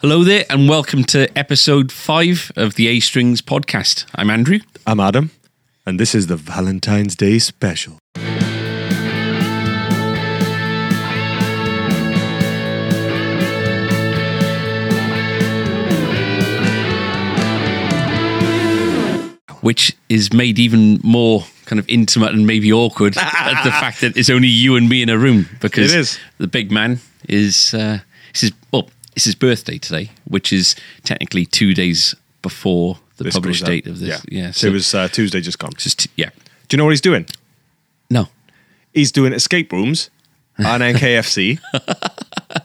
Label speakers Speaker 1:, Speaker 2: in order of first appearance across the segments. Speaker 1: Hello there, and welcome to episode five of the A Strings podcast. I'm Andrew.
Speaker 2: I'm Adam, and this is the Valentine's Day special.
Speaker 1: which is made even more kind of intimate and maybe awkward at the fact that it's only you and me in a room because
Speaker 2: It is.
Speaker 1: the big man is uh, it's his well it's his birthday today, which is technically two days before the
Speaker 2: This
Speaker 1: published
Speaker 2: goes out.
Speaker 1: date of this. Yeah,
Speaker 2: Yeah. so,
Speaker 1: so,
Speaker 2: it was uh, Tuesday just gone. Do
Speaker 1: just t- yeah.
Speaker 2: you know what he's doing?
Speaker 1: No,
Speaker 2: He's doing escape rooms and then KFC.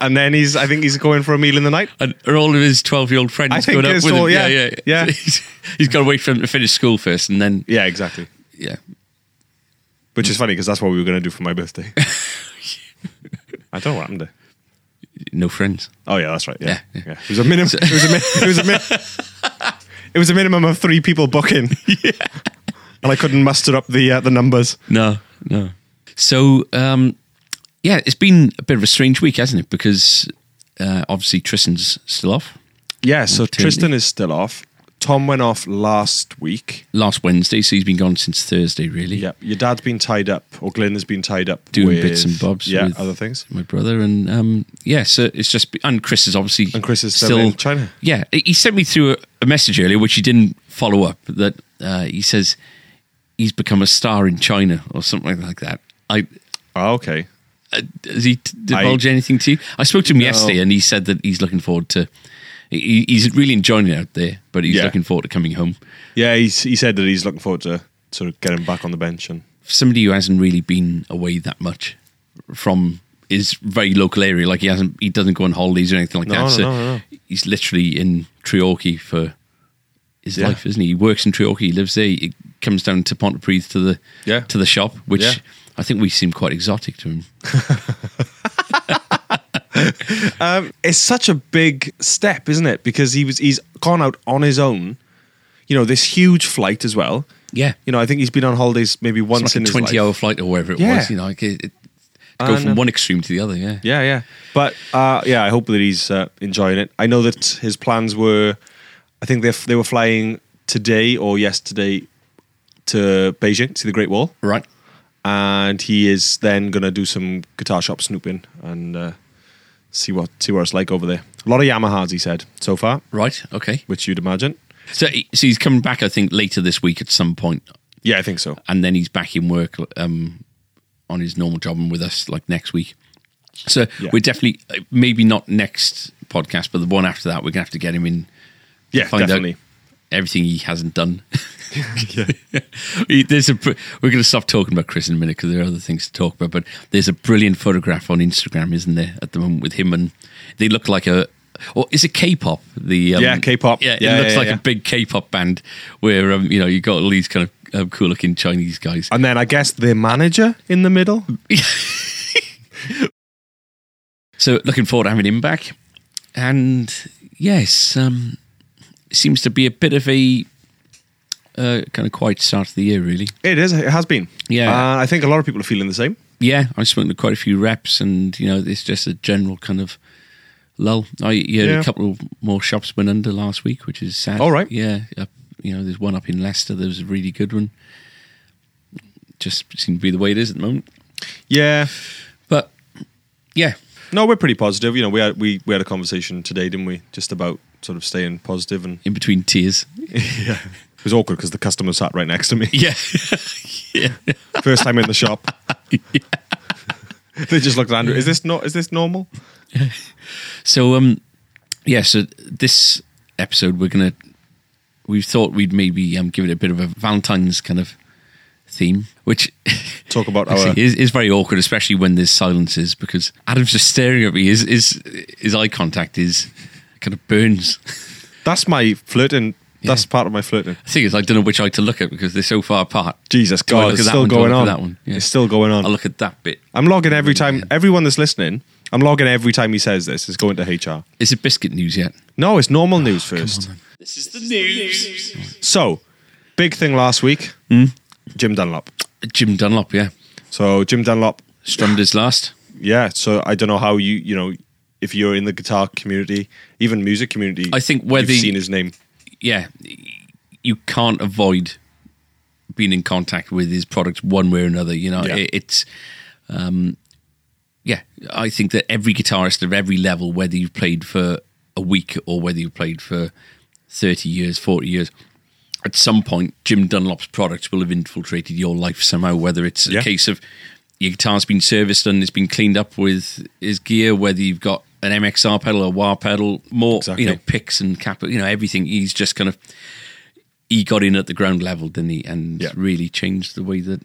Speaker 2: and then he's, I think he's going for a meal in the night.
Speaker 1: and are all of his twelve-year-old friends
Speaker 2: I think
Speaker 1: going up
Speaker 2: it's
Speaker 1: with
Speaker 2: all-
Speaker 1: him?
Speaker 2: yeah, yeah.
Speaker 1: he's, he's got to wait for him to finish school first, and then
Speaker 2: Yeah, exactly.
Speaker 1: yeah,
Speaker 2: Which is funny because that's what we were going to do for my birthday. I don't know what happened there.
Speaker 1: no friends.
Speaker 2: Oh, yeah, that's right. Yeah.
Speaker 1: Yeah,
Speaker 2: yeah. It was a minimum. It was a, min- it, was a min- it was a minimum of three people booking. And I couldn't muster up the uh, the numbers.
Speaker 1: No, no. So, um, yeah, it's been a bit of a strange week, hasn't it? Because uh, obviously Tristan's still off.
Speaker 2: Yeah, so
Speaker 1: Maternity.
Speaker 2: Tristan is still off. Tom went off last week.
Speaker 1: Last Wednesday, so he's been gone since Thursday, really.
Speaker 2: Yeah, your dad's been tied up, or Glenn has been tied up
Speaker 1: Doing
Speaker 2: with-
Speaker 1: bits and bobs.
Speaker 2: Yeah,
Speaker 1: with
Speaker 2: other things.
Speaker 1: My brother and um, yeah, so it's just be- and Chris is obviously
Speaker 2: And Chris is still in China.
Speaker 1: Yeah, he he sent me through a, a message earlier, which he didn't follow up. That uh, he says he's become a star in China or something like that. I
Speaker 2: Oh, okay.
Speaker 1: Uh, has he t- divulged anything to you? I spoke to him yesterday, and he said that he's looking forward to. He, he's really enjoying it out there, but he's
Speaker 2: Yeah.
Speaker 1: looking forward to coming home.
Speaker 2: Yeah, he's, he said that he's looking forward to sort of getting back on the bench and
Speaker 1: Somebody who hasn't really been away that much from his very local area, like he hasn't, he doesn't go on holidays or anything like
Speaker 2: No,
Speaker 1: that.
Speaker 2: no,
Speaker 1: so
Speaker 2: no, no.
Speaker 1: he's literally in Treorchy for his
Speaker 2: Yeah.
Speaker 1: life, isn't he? He works in Treorchy, he lives there. He comes down to Pontypridd to the
Speaker 2: Yeah.
Speaker 1: to the shop, which
Speaker 2: Yeah.
Speaker 1: I think we seem quite exotic to him.
Speaker 2: Um, it's such a big step, isn't it? Because he was he's gone out on his own. You know, this huge flight as well.
Speaker 1: Yeah,
Speaker 2: You know, I think he's been on holidays maybe
Speaker 1: It's
Speaker 2: once in
Speaker 1: like a
Speaker 2: his
Speaker 1: 20
Speaker 2: life.
Speaker 1: hour flight or wherever it
Speaker 2: Yeah.
Speaker 1: was, you know, like it, it, to go
Speaker 2: And,
Speaker 1: from
Speaker 2: um,
Speaker 1: one extreme to the other, yeah.
Speaker 2: Yeah, yeah. But uh, yeah, I hope that he's uh, enjoying it. I know that his plans were, I think they they were flying today or yesterday to Beijing to see the Great Wall,
Speaker 1: Right.
Speaker 2: and he is then gonna do some guitar shop snooping and uh, see what see what it's like over there. A lot of Yamahas, he said so far,
Speaker 1: Right. Okay.
Speaker 2: which you'd imagine.
Speaker 1: So, he- so he's coming back, I think, later this week at some point,
Speaker 2: Yeah, I think so.
Speaker 1: and then he's back in work um, on his normal job and with us like next week. So
Speaker 2: Yeah.
Speaker 1: we're definitely, uh, maybe not next podcast, but the one after that, we're going to have to get him in.
Speaker 2: Yeah,
Speaker 1: find out
Speaker 2: definitely.
Speaker 1: everything he hasn't done. He- there's a, br- we're going to stop talking about Chris in a minute because there are other things to talk about. But there's a brilliant photograph on Instagram, isn't there, at the moment with him and they look like a. Or is it K-pop? The um,
Speaker 2: Yeah, K-pop.
Speaker 1: Yeah,
Speaker 2: Yeah,
Speaker 1: it looks
Speaker 2: yeah,
Speaker 1: like
Speaker 2: yeah.
Speaker 1: a big K-pop band where um, you know you got all these kind of um, cool-looking Chinese guys.
Speaker 2: And then I guess their manager in the middle.
Speaker 1: So looking forward to having him back. And yes, um, it seems to be a bit of a uh, kind of quiet start to the year, really.
Speaker 2: It is. It has been.
Speaker 1: Yeah.
Speaker 2: Uh, I think a lot of people are feeling the same.
Speaker 1: yeah, I've spoken to quite a few reps, and you know, it's just a general kind of lull. I yeah,
Speaker 2: Yeah.
Speaker 1: a couple more shops went under last week, which is sad.
Speaker 2: All right.
Speaker 1: yeah, up, you know, there's one up in Leicester. There was a really good one. Just seems to be the way it is at the moment.
Speaker 2: Yeah.
Speaker 1: But yeah,
Speaker 2: No, we're pretty positive. You know, we had we, we had a conversation today, didn't we? Just about sort of staying positive, and
Speaker 1: in between tears,
Speaker 2: yeah, it was awkward because the customer sat right next to me.
Speaker 1: yeah, yeah,
Speaker 2: First time in the shop, they just looked at Andrew. Is this not? Is this normal?
Speaker 1: So um, yeah. So this episode, we're gonna we thought we'd maybe um give it a bit of a Valentine's kind of theme, which
Speaker 2: Talk about
Speaker 1: I
Speaker 2: our.
Speaker 1: say is, is very awkward, especially when there's silences because Adam's just staring at me. His his his eye contact is kind of burns.
Speaker 2: That's my flirting. That's
Speaker 1: Yeah.
Speaker 2: part of my flirting.
Speaker 1: The thing is, I don't know which eye to look at because they're so far apart.
Speaker 2: Jesus
Speaker 1: Do I
Speaker 2: God,
Speaker 1: look
Speaker 2: it's
Speaker 1: at that
Speaker 2: still
Speaker 1: one? Do I
Speaker 2: going
Speaker 1: look at
Speaker 2: on.
Speaker 1: that one? Yeah.
Speaker 2: It's still going
Speaker 1: I
Speaker 2: on.
Speaker 1: look at that bit.
Speaker 2: I'm logging every time. Everyone that's listening, I'm logging every time he says this. It's going to HR.
Speaker 1: Is it biscuit news yet?
Speaker 2: No, it's normal news first.
Speaker 1: This is the news.
Speaker 2: So, big thing last week.
Speaker 1: Hmm?
Speaker 2: Jim Dunlop.
Speaker 1: Jim Dunlop, yeah,
Speaker 2: So Jim Dunlop
Speaker 1: strummed his last.
Speaker 2: yeah so i don't know how you you know if you're in the guitar community, even music community,
Speaker 1: I think whether
Speaker 2: you've seen his name.
Speaker 1: yeah, you can't avoid being in contact with his product one way or another. You know,
Speaker 2: Yeah.
Speaker 1: it, it's, um, yeah, I think that every guitarist of every level, whether you've played for a week or whether you've played for 30 years, 40 years, at some point, Jim Dunlop's products will have infiltrated your life somehow, whether it's
Speaker 2: Yeah.
Speaker 1: a case of your guitar's been serviced and it's been cleaned up with his gear, whether you've got an MXR pedal, a wah pedal, more,
Speaker 2: Exactly.
Speaker 1: you know, picks and cap, you know, everything. He's just kind of he got in at the ground level, didn't he? And
Speaker 2: Yeah.
Speaker 1: really changed the way that,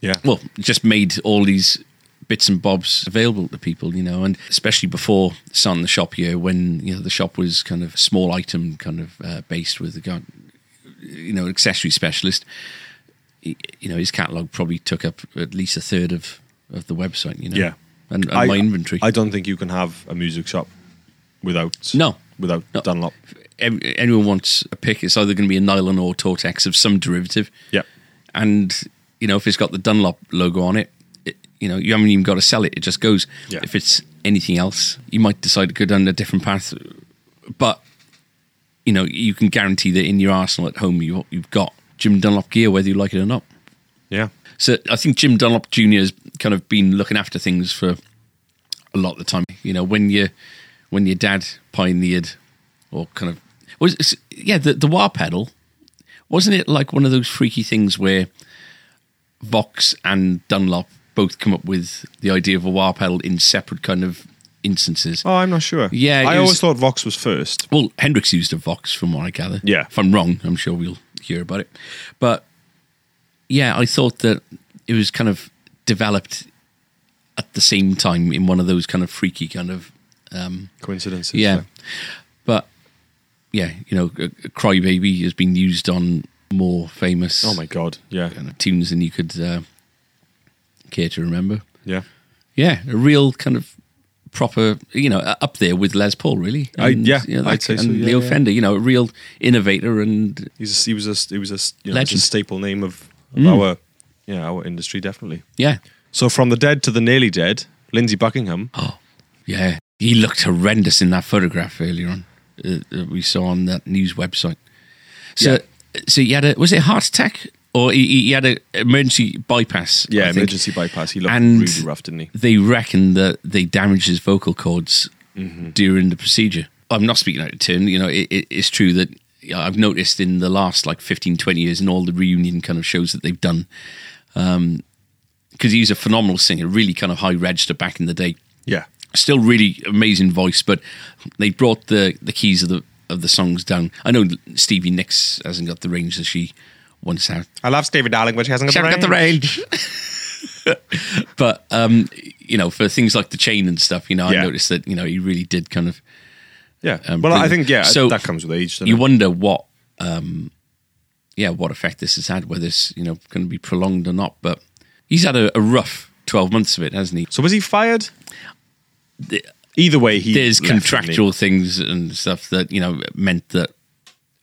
Speaker 2: Yeah.
Speaker 1: well, just made all these bits and bobs available to people, you know, and especially before starting the shop here, when, you know, the shop was kind of small item kind of uh, based with, a guy- you know, accessory specialist, he- you know, his catalogue probably took up at least a third of, of the website, you know.
Speaker 2: Yeah.
Speaker 1: And, and uh, my inventory.
Speaker 2: I don't think you can have a music shop without
Speaker 1: No.
Speaker 2: without
Speaker 1: No.
Speaker 2: Dunlop.
Speaker 1: Ev- anyone wants a pick, it's either going to be a nylon or Tortex of some derivative.
Speaker 2: Yeah.
Speaker 1: and you know if it's got the Dunlop logo on it, it you know you haven't even got to sell it; it just goes.
Speaker 2: Yeah.
Speaker 1: If it's anything else, you might decide to go down a different path, but you know you can guarantee that in your arsenal at home you you've got Jim Dunlop gear, whether you like it or not.
Speaker 2: Yeah.
Speaker 1: So I think Jim Dunlop Jr. has kind of been looking after things for a lot of the time. You know, when you when your dad pioneered or kind of was yeah the the wah pedal wasn't it like one of those freaky things where Vox and Dunlop both come up with the idea of a wah pedal in separate kind of instances.
Speaker 2: Oh, I'm not sure.
Speaker 1: Yeah,
Speaker 2: I
Speaker 1: it
Speaker 2: always
Speaker 1: was-
Speaker 2: thought Vox was first.
Speaker 1: Well, Hendrix used a Vox, from what I gather.
Speaker 2: Yeah.
Speaker 1: If I'm wrong, I'm sure we'll hear about it. But yeah, I thought that it was kind of developed at the same time in one of those kind of freaky kind of
Speaker 2: Coincidences.
Speaker 1: yeah. But yeah, you know, uh, Crybaby has been used on more famous
Speaker 2: Oh my god. Yeah.
Speaker 1: kind of tunes than you could uh, care to remember.
Speaker 2: Yeah.
Speaker 1: Yeah, a real kind of proper, you know, up there with Les Paul, really.
Speaker 2: I- yeah,
Speaker 1: you know,
Speaker 2: I'd
Speaker 1: that-
Speaker 2: say so,
Speaker 1: and
Speaker 2: yeah,
Speaker 1: Leo
Speaker 2: yeah.
Speaker 1: Fender, you know, a real innovator and
Speaker 2: He's a, he was a he was a you know, it's a
Speaker 1: Legend. Mm.
Speaker 2: staple name of, of our yeah our industry definitely.
Speaker 1: yeah,
Speaker 2: So from the dead to the nearly dead, Lindsay Buckingham.
Speaker 1: oh yeah, he looked horrendous in that photograph earlier on uh, that we saw on that news website. So, so he had a was it a heart attack or he, he- he had an emergency bypass? I
Speaker 2: Yeah,
Speaker 1: think.
Speaker 2: emergency bypass. He looked
Speaker 1: And-
Speaker 2: really rough, didn't he?
Speaker 1: They reckon that they damaged his vocal cords during the procedure. I'm not speaking out of turn. You know, it, it, it's true that I've noticed in the last like 15, 20 years in all the reunion kind of shows that they've done, because he's a phenomenal singer, really kind of high register back in the day.
Speaker 2: Yeah.
Speaker 1: still really amazing voice, but they brought the the keys of the of the songs down. I know Stevie Nicks hasn't got the range that she once had.
Speaker 2: I love Stevie Darling, but she hasn't
Speaker 1: She hasn't got the range. but um, you know, for things like the chain and stuff, you know,
Speaker 2: Yeah.
Speaker 1: I noticed that you know he really did kind of.
Speaker 2: Yeah.
Speaker 1: Um,
Speaker 2: well, I
Speaker 1: brilliant.
Speaker 2: think yeah
Speaker 1: So-
Speaker 2: that comes with age. doesn't
Speaker 1: You
Speaker 2: it?
Speaker 1: wonder what, um, yeah, what effect this has had. Whether it's you know going to be prolonged or not, but he's had a, a rough twelve months of it, hasn't he?
Speaker 2: so was he fired?
Speaker 1: The-
Speaker 2: Either way, he
Speaker 1: There's
Speaker 2: left, didn't he?
Speaker 1: contractual things and stuff that you know meant that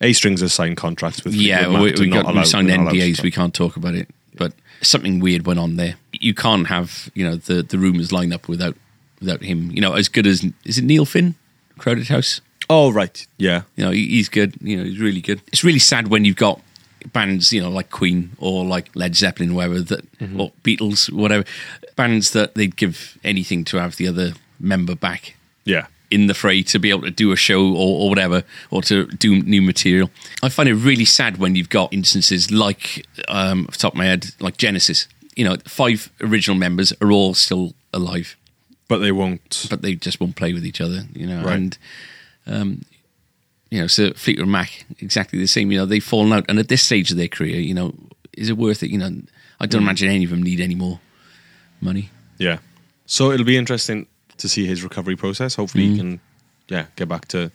Speaker 2: A strings has signed contracts with
Speaker 1: Yeah,
Speaker 2: with Mac
Speaker 1: we,
Speaker 2: to
Speaker 1: we,
Speaker 2: not
Speaker 1: got,
Speaker 2: allow-
Speaker 1: we signed
Speaker 2: we're not allowed to
Speaker 1: NDAs.
Speaker 2: talk.
Speaker 1: We can't talk about it. But something weird went on there. You can't have you know the the rumors line up without without him. You know, as good as is it Neil Finn, Crowded House.
Speaker 2: Oh right, yeah,
Speaker 1: You know, he- he's good. You know, he's really good. It's really sad when you've got bands, you know, like Queen or like Led Zeppelin, whatever, that
Speaker 2: Mm-hmm.
Speaker 1: or Beatles, whatever, bands that they'd give anything to have the other member back
Speaker 2: yeah,
Speaker 1: in the fray to be able to do a show or, or whatever, or to do new material. I find it really sad when you've got instances like, um, off the top of my head, like Genesis. You know, five original members are all still alive,
Speaker 2: but they won't.
Speaker 1: but they just won't play with each other. You know,
Speaker 2: Right.
Speaker 1: and um, you know, so Fleetwood Mac, exactly the same. You know, they've fallen out, and at this stage of their career, you know, is it worth it? You know, I don't imagine any of them need any more money.
Speaker 2: Yeah, so it'll be interesting to see his recovery process. Hopefully, he can, yeah, get back to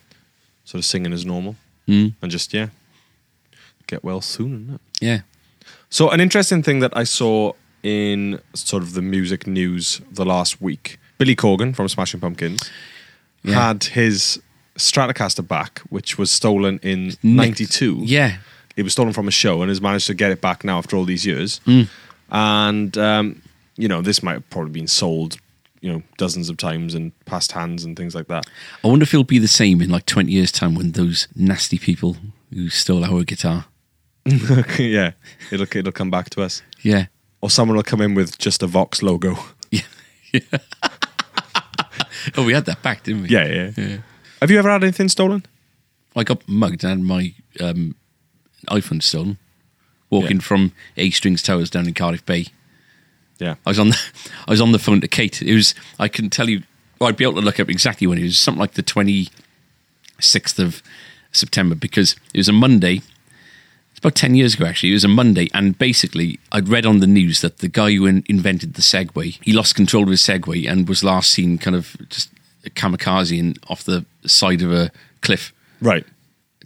Speaker 2: sort of singing as normal and just yeah, get well soon. Isn't it?
Speaker 1: Yeah,
Speaker 2: So, an interesting thing that I saw in sort of the music news the last week Billy Corgan from Smashing Pumpkins
Speaker 1: Yeah.
Speaker 2: had his Stratocaster back, which was stolen in
Speaker 1: Nicked.
Speaker 2: '92.
Speaker 1: yeah,
Speaker 2: It was stolen from a show and has managed to get it back now after all these years. And, um, you know, this might have probably been sold you know dozens of times and passed hands and things like that.
Speaker 1: I wonder if it'll be the same in like 20 years' time when those nasty people who stole our guitar.
Speaker 2: yeah, it'll it'll come back to us,
Speaker 1: Yeah.
Speaker 2: or someone will come in with just a Vox logo.
Speaker 1: Yeah. Yeah. oh, we had that back, didn't we?
Speaker 2: yeah, yeah, Have you ever had anything stolen?
Speaker 1: I got mugged and had my um, iPhone stolen walking
Speaker 2: Yeah.
Speaker 1: from A Strings Towers down in Cardiff Bay.
Speaker 2: Yeah,
Speaker 1: I was on the, I was on the phone to Kate. It was I can tell you well, I'd be able to look up exactly when it was something like the twenty sixth of September because it was a Monday. It's about ten years ago actually. It was a Monday, and basically I'd read on the news that the guy who in, invented the Segway he lost control of his Segway and was last seen kind of just kamikaze and off the side of a cliff
Speaker 2: right.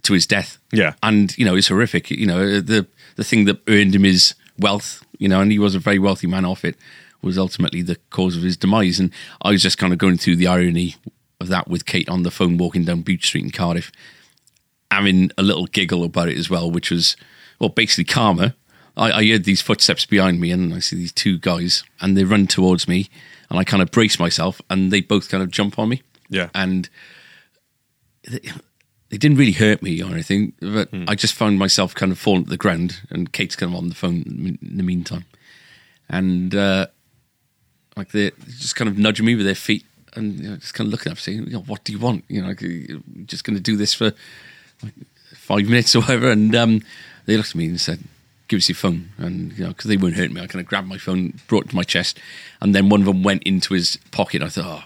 Speaker 1: to his death.
Speaker 2: Yeah.
Speaker 1: and you know it's horrific. You know the the thing that earned him his wealth. You know, and he was a very wealthy man off it. Was ultimately the cause of his demise. And I was just kind of going through the irony of that with Kate on the phone, walking down Beach Street in Cardiff, having a little giggle about it as well, which was well basically karma. I, I heard these footsteps behind me, and I see these two guys, and they run towards me, and I kind of brace myself, and they both kind of jump on me.
Speaker 2: Yeah.
Speaker 1: and they didn't really hurt me or anything, but I just found myself kind of falling to the ground, and Kate's kind of on the phone in the meantime, and uh, like they just kind of nudging me with their feet, and you know, just kind of looking up, saying, you know, "What do you want?" You know, like, "You're just going to do this for like five minutes or whatever. And um, they looked at me and said, "Give us your phone," and you know, because they weren't hurting me, I kind of grabbed my phone, brought it to my chest, and then one of them went into his pocket. I thought, "Oh,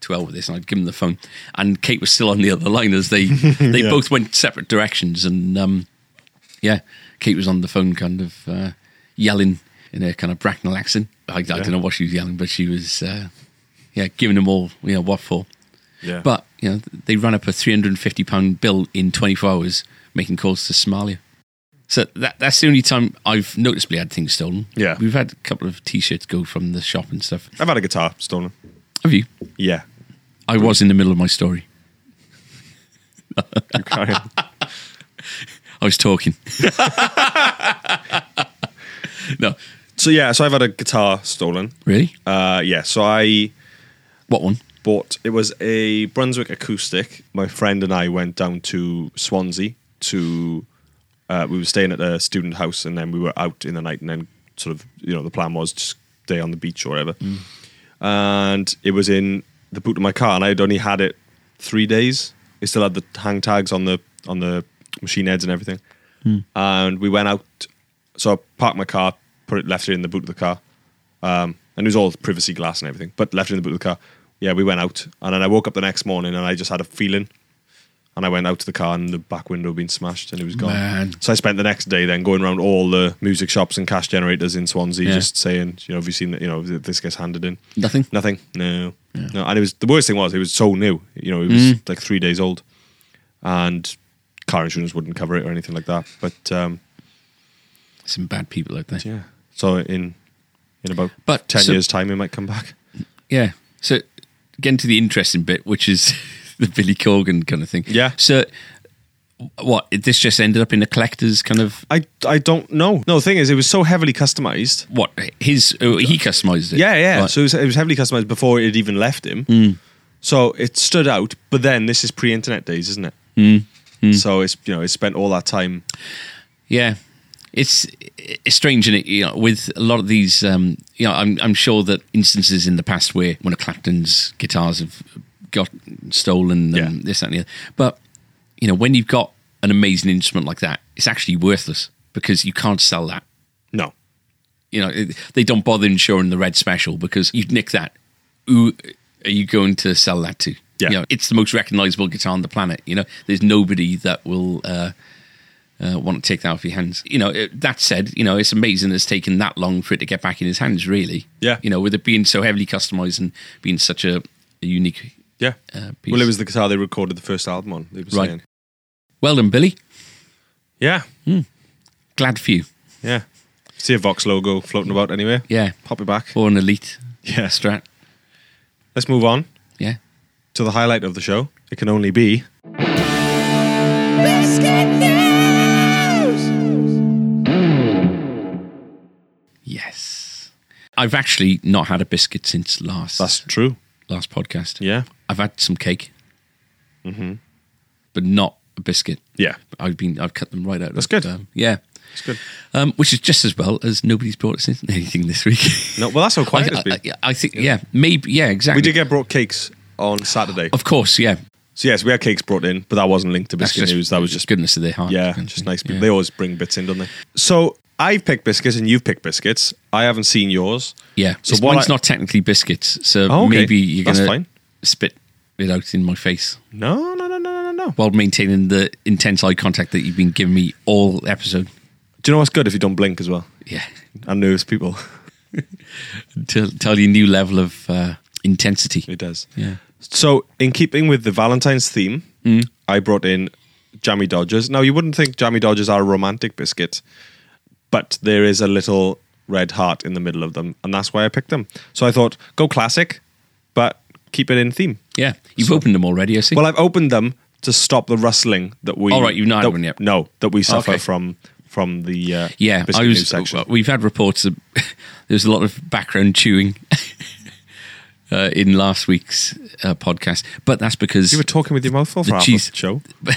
Speaker 1: to hell with this," and I'd give him the phone. And Kate was still on the other line as they they
Speaker 2: Yeah.
Speaker 1: both went separate directions, and um, yeah, Kate was on the phone, kind of uh, yelling in a kind of Bracknell accent. I, I don't know what she was yelling, but she was, uh, yeah, giving them all, you know, what for.
Speaker 2: Yeah,
Speaker 1: But you know, they ran up a three hundred and fifty pound bill in twenty four hours, making calls to Somalia. So that that's the only time I've noticeably had things stolen.
Speaker 2: Yeah.
Speaker 1: we've had a couple of t-shirts go from the shop and stuff.
Speaker 2: I've had a guitar stolen.
Speaker 1: Have you?
Speaker 2: Yeah,
Speaker 1: I was in the middle of my story.
Speaker 2: You can't-
Speaker 1: I was talking. no,
Speaker 2: so yeah, so I've had a guitar stolen.
Speaker 1: really?
Speaker 2: Uh, yeah, so I
Speaker 1: What one?
Speaker 2: bought it was a Brunswick acoustic. My friend and I went down to Swansea to uh, we were staying at a student house and then we were out in the night and then sort of you know the plan was just stay on the beach or whatever. And it was in the boot of my car and I had only had it three days. It still had the hang tags on the on the machine heads and everything. And we went out so I parked my car, put it left it in the boot of the car. Um, and it was all privacy glass and everything, but left it in the boot of the car. Yeah, we went out, and then I woke up the next morning, and I just had a feeling, and I went out to the car, and the back window had been smashed, and it was gone.
Speaker 1: Man.
Speaker 2: So I spent the next day then going around all the music shops and cash generators in Swansea,
Speaker 1: Yeah.
Speaker 2: just saying, you know, have you seen that? You know, th- this gets handed in.
Speaker 1: Nothing.
Speaker 2: Nothing. No. No. And it was the worst thing was it was so new. You know, it was
Speaker 1: Mm.
Speaker 2: like three days old, and car insurance wouldn't cover it or anything like that. But um,
Speaker 1: Some bad people out there.
Speaker 2: yeah. So in in about
Speaker 1: But-
Speaker 2: ten
Speaker 1: so-
Speaker 2: years' time, it might come back.
Speaker 1: Yeah. So getting to the interesting bit, which is the Billy Corgan kind of thing.
Speaker 2: Yeah.
Speaker 1: So what? This just ended up in a collector's kind of
Speaker 2: I, I don't know. No, the thing is, it was so heavily customized.
Speaker 1: what? His oh, he customized it.
Speaker 2: Yeah, yeah.
Speaker 1: Right. Hmm.
Speaker 2: So it was, it was heavily customized before it had even left him. So it stood out. But then this is pre-internet days, isn't it?
Speaker 1: Hmm.
Speaker 2: So it's you know it spent all that time.
Speaker 1: yeah. It's, it's strange, and it you know, with a lot of these, um, you know, I'm I'm sure that instances in the past where one of Clapton's guitars have got stolen, and
Speaker 2: Yeah.
Speaker 1: this that, and the other. But you know, when you've got an amazing instrument like that, it's actually worthless because you can't sell that.
Speaker 2: No,
Speaker 1: you know it- they don't bother insuring the red special because you'd nick that who are you going to sell that to
Speaker 2: Yeah.
Speaker 1: you know, it's the most recognizable guitar on the planet you know there's nobody that will uh, uh, want to take that off your hands you know it, that said you know it's amazing it's taken that long for it to get back in his hands really
Speaker 2: Yeah.
Speaker 1: you know with it being so heavily customized and being such a, a unique
Speaker 2: yeah.
Speaker 1: uh, piece
Speaker 2: well, it was the guitar they recorded the first album on. They were
Speaker 1: Right.
Speaker 2: saying,
Speaker 1: well done billy
Speaker 2: yeah,
Speaker 1: glad for you
Speaker 2: yeah. See a Vox logo floating about anywhere.
Speaker 1: yeah
Speaker 2: Pop it back.
Speaker 1: or an elite
Speaker 2: Yeah.
Speaker 1: strat
Speaker 2: Let's move on
Speaker 1: yeah
Speaker 2: to the highlight of the show. It can only be.
Speaker 3: Biscuit News!
Speaker 1: yes I've actually not had a biscuit since last
Speaker 2: That's true.
Speaker 1: last podcast.
Speaker 2: Yeah. Mm-hmm.
Speaker 1: I've had some cake, but not a biscuit.
Speaker 2: Yeah.
Speaker 1: I've been I've cut them right out.
Speaker 2: That's
Speaker 1: of,
Speaker 2: good.
Speaker 1: Um, yeah,
Speaker 2: It's good.
Speaker 1: um, which is just as well as nobody's brought us in anything this week.
Speaker 2: No, well, that's how quiet
Speaker 1: I,
Speaker 2: it's been.
Speaker 1: I, I think yeah, maybe yeah, exactly.
Speaker 2: we did get brought cakes on Saturday.
Speaker 1: of course, yeah.
Speaker 2: So yes, we had cakes brought in, but that wasn't linked to
Speaker 1: That's
Speaker 2: biscuit news. That was just
Speaker 1: goodness of their heart.
Speaker 2: yeah,
Speaker 1: kind of
Speaker 2: just
Speaker 1: thing.
Speaker 2: nice. people.
Speaker 1: Yeah.
Speaker 2: They always bring bits in, don't they? So I've picked biscuits and you've picked biscuits. I haven't seen yours.
Speaker 1: Yeah.
Speaker 2: So
Speaker 1: So
Speaker 2: what
Speaker 1: mine's
Speaker 2: I-
Speaker 1: not technically biscuits, so
Speaker 2: Oh, okay.
Speaker 1: maybe you're
Speaker 2: That's
Speaker 1: gonna
Speaker 2: fine.
Speaker 1: spit it out in my face
Speaker 2: No, no, no, no, no, no, no.
Speaker 1: while maintaining the intense eye contact that you've been giving me all episode.
Speaker 2: Do you know what's good if you don't blink as well?
Speaker 1: Yeah.
Speaker 2: And nervous people.
Speaker 1: To tell you a new level of uh, intensity.
Speaker 2: It does.
Speaker 1: Yeah. Mm.
Speaker 2: So, in keeping with the Valentine's theme, I brought in Jammy Dodgers. Now, you wouldn't think Jammy Dodgers are a romantic biscuit, but there is a little red heart in the middle of them, and that's why I picked them. So I thought, go classic, but keep it in theme.
Speaker 1: Yeah. You've opened them already, I see.
Speaker 2: Well, I've opened them to stop the rustling that we.
Speaker 1: All right, you've not had
Speaker 2: that,
Speaker 1: one yet.
Speaker 2: No, that we suffer
Speaker 1: Okay.
Speaker 2: from from the uh,
Speaker 1: yeah,
Speaker 2: biscuit
Speaker 1: I
Speaker 2: news
Speaker 1: was.
Speaker 2: section.
Speaker 1: We've had reports that there's a lot of background chewing uh, in last week's uh, podcast, but that's because
Speaker 2: you were talking with your mouth full for
Speaker 1: the
Speaker 2: half
Speaker 1: cheese-
Speaker 2: of the show.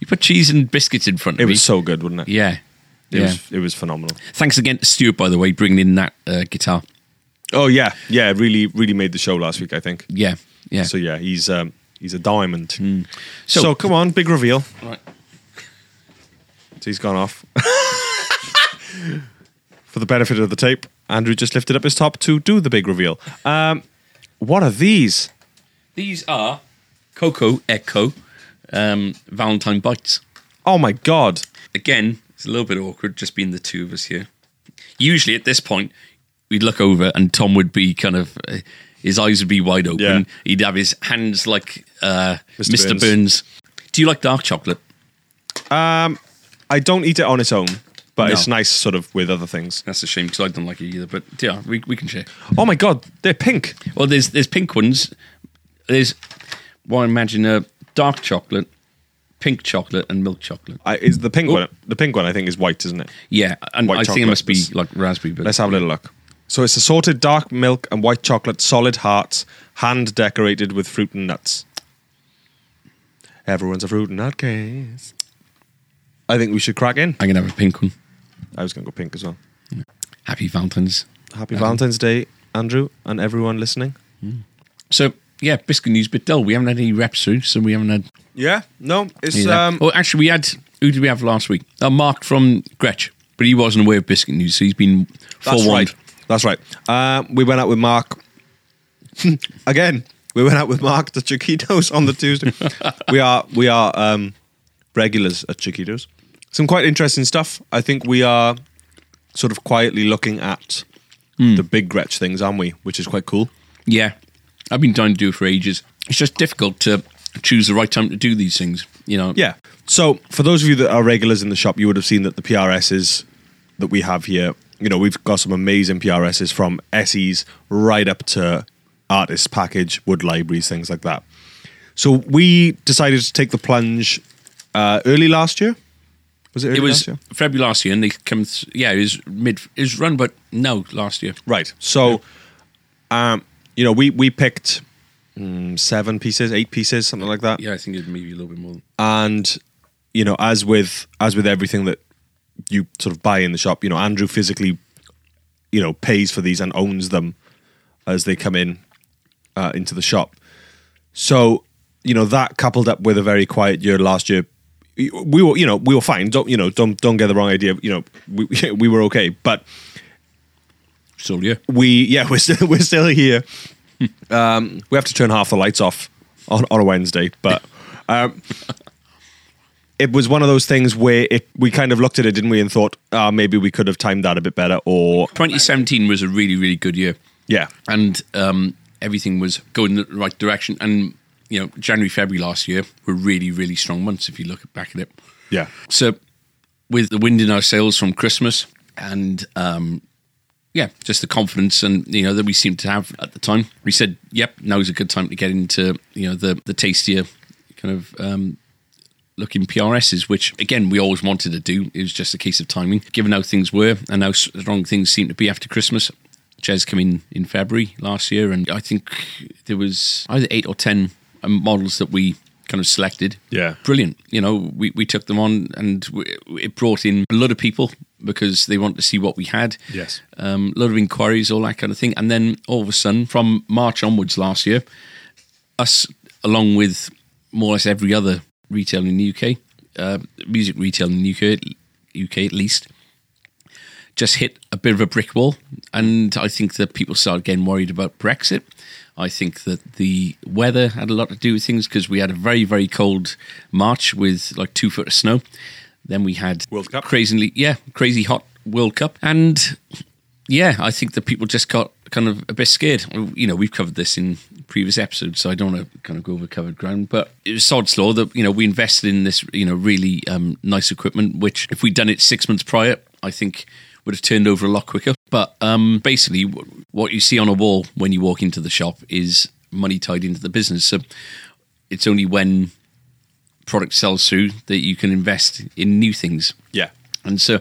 Speaker 1: you put cheese and biscuits in front of
Speaker 2: It
Speaker 1: me.
Speaker 2: was so good, wasn't it?
Speaker 1: yeah,
Speaker 2: It
Speaker 1: yeah.
Speaker 2: was it was phenomenal.
Speaker 1: Thanks again to Stuart, by the way, bringing in that uh, guitar.
Speaker 2: Oh yeah, yeah. it Really, really made the show last week. I think.
Speaker 1: Yeah, yeah. Hmm.
Speaker 2: So yeah, he's um, he's a diamond. So,
Speaker 1: So-
Speaker 2: come on, big reveal.
Speaker 1: Right.
Speaker 2: So he's gone off. For the benefit of the tape, Andrew just lifted up his top to do the big reveal. Um, what are these?
Speaker 1: These are Coco Echo um, Valentine Bites.
Speaker 2: Oh my god!
Speaker 1: Again, it's a little bit awkward just being the two of us here. Usually at this point, we'd look over and Tom would be kind of, uh, his eyes would be wide open.
Speaker 2: Yeah.
Speaker 1: He'd have his hands like uh,
Speaker 2: Mr.
Speaker 1: Mr.
Speaker 2: Burns.
Speaker 1: Burns. Do you like dark chocolate?
Speaker 2: I don't eat it on its own, but
Speaker 1: No.
Speaker 2: it's nice sort of with other things.
Speaker 1: That's a shame because I don't like it either. But yeah, we, we can share.
Speaker 2: Oh my god, they're pink.
Speaker 1: Well, there's there's pink ones. There's well, I imagine a dark chocolate, pink chocolate, and milk chocolate.
Speaker 2: I, is the pink one? The pink one I think is white, isn't it?
Speaker 1: Yeah, and
Speaker 2: White
Speaker 1: I think it
Speaker 2: chocolate
Speaker 1: must be
Speaker 2: is-
Speaker 1: like raspberry. But
Speaker 2: Let's have a little look. So it's assorted dark milk and white chocolate, solid hearts, hand decorated with fruit and nuts. Everyone's a fruit and nut case. I think we should crack in.
Speaker 1: I'm gonna have a pink one.
Speaker 2: I was going to go pink as well.
Speaker 1: Happy Valentine's.
Speaker 2: Happy Valentine's Day, Andrew, and everyone listening.
Speaker 1: So yeah, biscuit news bit dull. We haven't had any reps through, so we haven't had.
Speaker 2: Yeah, no,
Speaker 1: Any
Speaker 2: it's
Speaker 1: of that.
Speaker 2: um,
Speaker 1: oh, actually, we had who did we have last week? Uh, Mark from Gretsch, but he wasn't aware of biscuit news, so he's been
Speaker 2: That's
Speaker 1: forewarned.
Speaker 2: right. That's right. Um, we went out with Mark again. We went out with Mark to Chiquitos on the Tuesday. we are we are um, regulars at Chiquitos. Some quite interesting stuff. I think we are sort of quietly looking at the big Gretsch things, aren't we? Which is quite cool.
Speaker 1: Yeah, I've been trying to do it for ages. It's just difficult to choose the right time to do these things. You know.
Speaker 2: Yeah. So for those of you that are regulars in the shop, you would have seen that the PRSs that we have here, you know, we've got some amazing PRSs from SEs right up to artist package, wood libraries, things like that. So we decided to take the plunge uh, early last year. Was it early
Speaker 1: It was
Speaker 2: last year?
Speaker 1: February last year, and they come. Th- yeah, it was mid. It was run, but no, last year.
Speaker 2: Right. So, um, you know, we we picked mm, seven pieces, eight pieces, something like that.
Speaker 1: Yeah, I think it maybe a little bit more. than-
Speaker 2: and you know as with as with everything that you sort of buy in the shop you know andrew physically you know pays for these and owns them as they come in uh, into the shop so you know that coupled up with a very quiet year last year we were you know we were fine don't you know don't don't get the wrong idea you know we, we were okay but
Speaker 1: So yeah,
Speaker 2: we yeah we're still we're still here. um, we have to turn half the lights off on, on a Wednesday, but um, it was one of those things where it, we kind of looked at it, didn't we, and thought, ah, maybe we could have timed that a bit better, or
Speaker 1: 2017 was a really really good year,
Speaker 2: yeah,
Speaker 1: and um, everything was going in the right direction. And you know, January February last year were really really strong months if you look back at it.
Speaker 2: yeah,
Speaker 1: So with the wind in our sails from Christmas and um, yeah, just the confidence and you know that we seemed to have at the time. We said, "Yep, now's a good time to get into you know the the tastier kind of um, looking PRSs," which again we always wanted to do. It was just a case of timing, given how things were and how strong things seemed to be after Christmas. Jez came in in February last year, and I think there was either eight or ten um, models that we kind of selected.
Speaker 2: Yeah.
Speaker 1: brilliant. You know, we, we took them on, and we, it brought in a lot of people because they wanted to see what we had.
Speaker 2: Yes.
Speaker 1: um, a lot of inquiries, all that kind of thing, and then all of a sudden, from March onwards last year, us along with more or less every other retail in the UK, uh, music retail in the UK, UK at least just hit a bit of a brick wall. And I think that people started getting worried about Brexit. I think that the weather had a lot to do with things because we had a very, very cold March with like two foot of snow. Then we had
Speaker 2: World Cup.
Speaker 1: crazily, yeah, crazy hot World Cup. And yeah, I think that people just got kind of a bit scared. You know, we've covered this in previous episodes, so I don't want to kind of go over covered ground. But it was sod's law that you know we invested in this, you know, really um, nice equipment, which if we'd done it six months prior, I think would have turned over a lot quicker. But um, basically, w- what you see on a wall when you walk into the shop is money tied into the business. So it's only when product sells through that you can invest in new things.
Speaker 2: Yeah.
Speaker 1: And so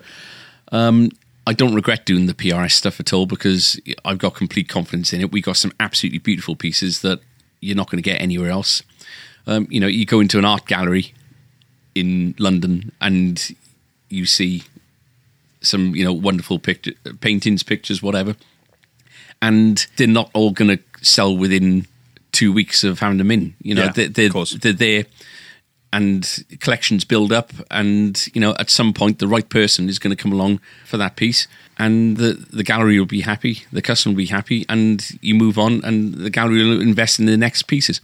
Speaker 1: um, I don't regret doing the PRS stuff at all because I've got complete confidence in it. We got some absolutely beautiful pieces that you're not going to get anywhere else. Um, you know, you go into an art gallery in London and you see some, you know, wonderful picture, paintings, pictures, whatever. And they're not all going to sell within two weeks of having them in. You know,
Speaker 2: Yeah,
Speaker 1: they're, they're,
Speaker 2: of course.
Speaker 1: they're there and collections build up and you know at some point the right person is going to come along for that piece and the the gallery will be happy the customer will be happy and you move on and the gallery will invest in the next pieces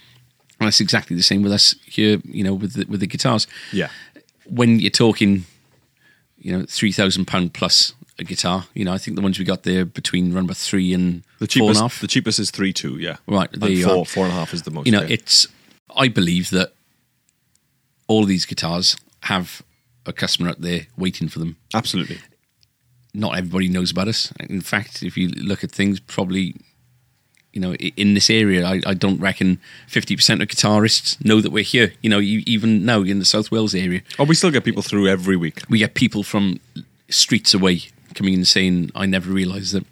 Speaker 1: and that's exactly the same with us here you know with the, with the guitars
Speaker 2: Yeah.
Speaker 1: when you're talking you know 3000 pound plus a guitar you know i think the ones we got there between run by 3 and four
Speaker 2: The
Speaker 1: and
Speaker 2: cheapest.
Speaker 1: a half
Speaker 2: The cheapest is three two. Yeah.
Speaker 1: Right, there
Speaker 2: and
Speaker 1: you
Speaker 2: four
Speaker 1: are.
Speaker 2: four and a half is the most.
Speaker 1: you know,
Speaker 2: yeah.
Speaker 1: it's. I believe that all these guitars have a customer out there waiting for them.
Speaker 2: absolutely.
Speaker 1: Not everybody knows about us. In fact, if you look at things, probably, you know, i- in this area, I, I don't reckon fifty percent of guitarists know that we're here. You know, you, even now in the South Wales area,
Speaker 2: Oh, we still get people through every week.
Speaker 1: we get people from streets away coming in saying, "I never realised that."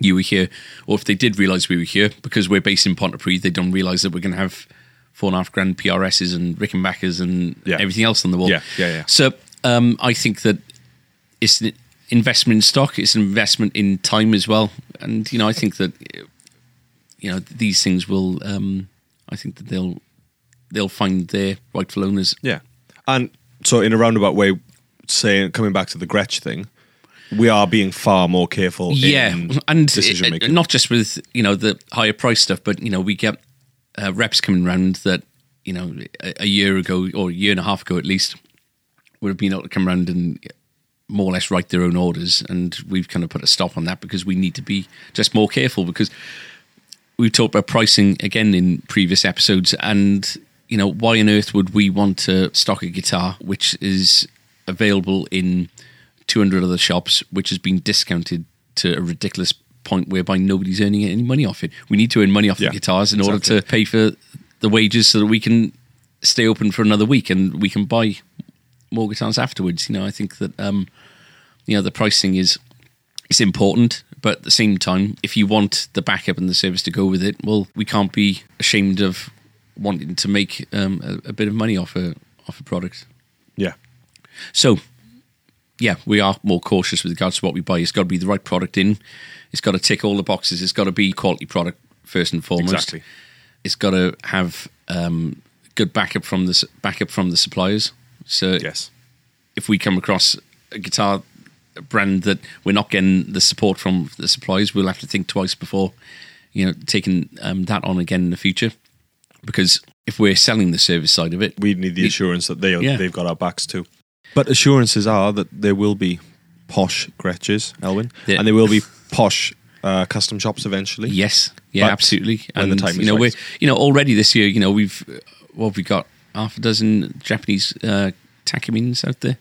Speaker 1: You were here, or if they did realise we were here, because we're based in Pontypridd, they don't realise that we're going to have four and a half grand PRSs and Rickenbackers and
Speaker 2: Yeah.
Speaker 1: everything else on the wall.
Speaker 2: Yeah, yeah, yeah.
Speaker 1: So um, I think that it's an investment in stock, it's an investment in time as well, and you know I think that you know these things will. Um, I think that they'll they'll find their rightful owners.
Speaker 2: Yeah, and so in a roundabout way, saying coming back to the Gretsch thing, we are being far more careful.
Speaker 1: yeah
Speaker 2: in
Speaker 1: and
Speaker 2: decision
Speaker 1: it-
Speaker 2: making.
Speaker 1: it- not just with you know the higher price stuff but you know we get uh, reps coming round that you know a, a year ago or a year and a half ago at least would have been able to come round and more or less write their own orders and we've kind of put a stop on that because we need to be just more careful because we've talked about pricing again in previous episodes and you know why on earth would we want to stock a guitar which is available in 200 other shops which has been discounted to a ridiculous point whereby nobody's earning any money off it we need to earn money off
Speaker 2: Yeah,
Speaker 1: the guitars in
Speaker 2: exactly.
Speaker 1: order to pay for the wages so that we can stay open for another week and we can buy more guitars afterwards you know i think that um you know the pricing is it's important but at the same time if you want the backup and the service to go with it well we can't be ashamed of wanting to make um, a, a bit of money off a off a product
Speaker 2: yeah,
Speaker 1: so yeah we are more cautious with regards to what we buy it's got to be the right product in it's got to tick all the boxes it's got to be quality product first and foremost
Speaker 2: Exactly.
Speaker 1: it's got to have um, good backup from the s- backup from the suppliers so
Speaker 2: yes,
Speaker 1: if we come across a guitar brand that we're not getting the support from the suppliers, we'll have to think twice before, you know, taking um, that on again in the future. Because if we're selling the service side of it,
Speaker 2: we need the assurance that they
Speaker 1: Yeah.
Speaker 2: they've got our backs too. But assurances are that there will be posh Gretches, Elwin,
Speaker 1: Yeah.
Speaker 2: and there will be posh uh, custom shops eventually.
Speaker 1: yes, yeah,
Speaker 2: But
Speaker 1: absolutely.
Speaker 2: when the time
Speaker 1: you
Speaker 2: is
Speaker 1: know,
Speaker 2: right.
Speaker 1: we're you know already this year, you know, we've what have we got half a dozen Japanese uh, Takamines out there,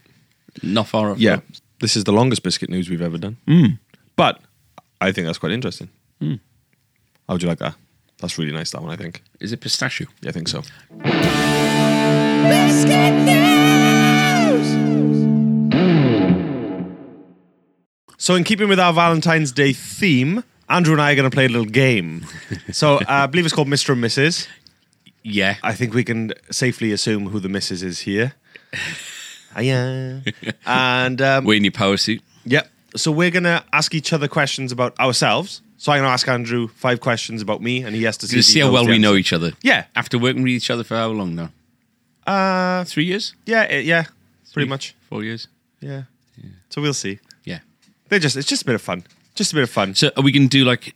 Speaker 1: not far off.
Speaker 2: Yeah, this is the longest biscuit news we've ever done.
Speaker 1: Mm.
Speaker 2: But I think that's quite interesting. How would you like that? That's really nice. That one, I think.
Speaker 1: is it pistachio?
Speaker 2: Yeah, I think so.
Speaker 3: Biscuit News!
Speaker 2: So, in keeping with our Valentine's Day theme, Andrew and I are going to play a little game. So uh, I believe it's called Mr. and Mrs.
Speaker 1: Yeah.
Speaker 2: I think we can safely assume who the Mrs. is here. Hiya. And um,
Speaker 1: We're in your power suit.
Speaker 2: Yep. So we're gonna ask each other questions about ourselves. So I'm gonna ask Andrew five questions about me, and he has to see,
Speaker 1: To
Speaker 2: if he
Speaker 1: see how
Speaker 2: knows
Speaker 1: well
Speaker 2: the
Speaker 1: we know
Speaker 2: answer.
Speaker 1: each other.
Speaker 2: Yeah.
Speaker 1: After working with each other for how long now?
Speaker 2: Uh,
Speaker 1: Three years?
Speaker 2: yeah, eh, yeah, pretty much.
Speaker 1: Four years?
Speaker 2: Yeah. So we'll see.
Speaker 1: Yeah.
Speaker 2: They just it's just a bit of fun. Just a bit of fun.
Speaker 1: So are we going to do like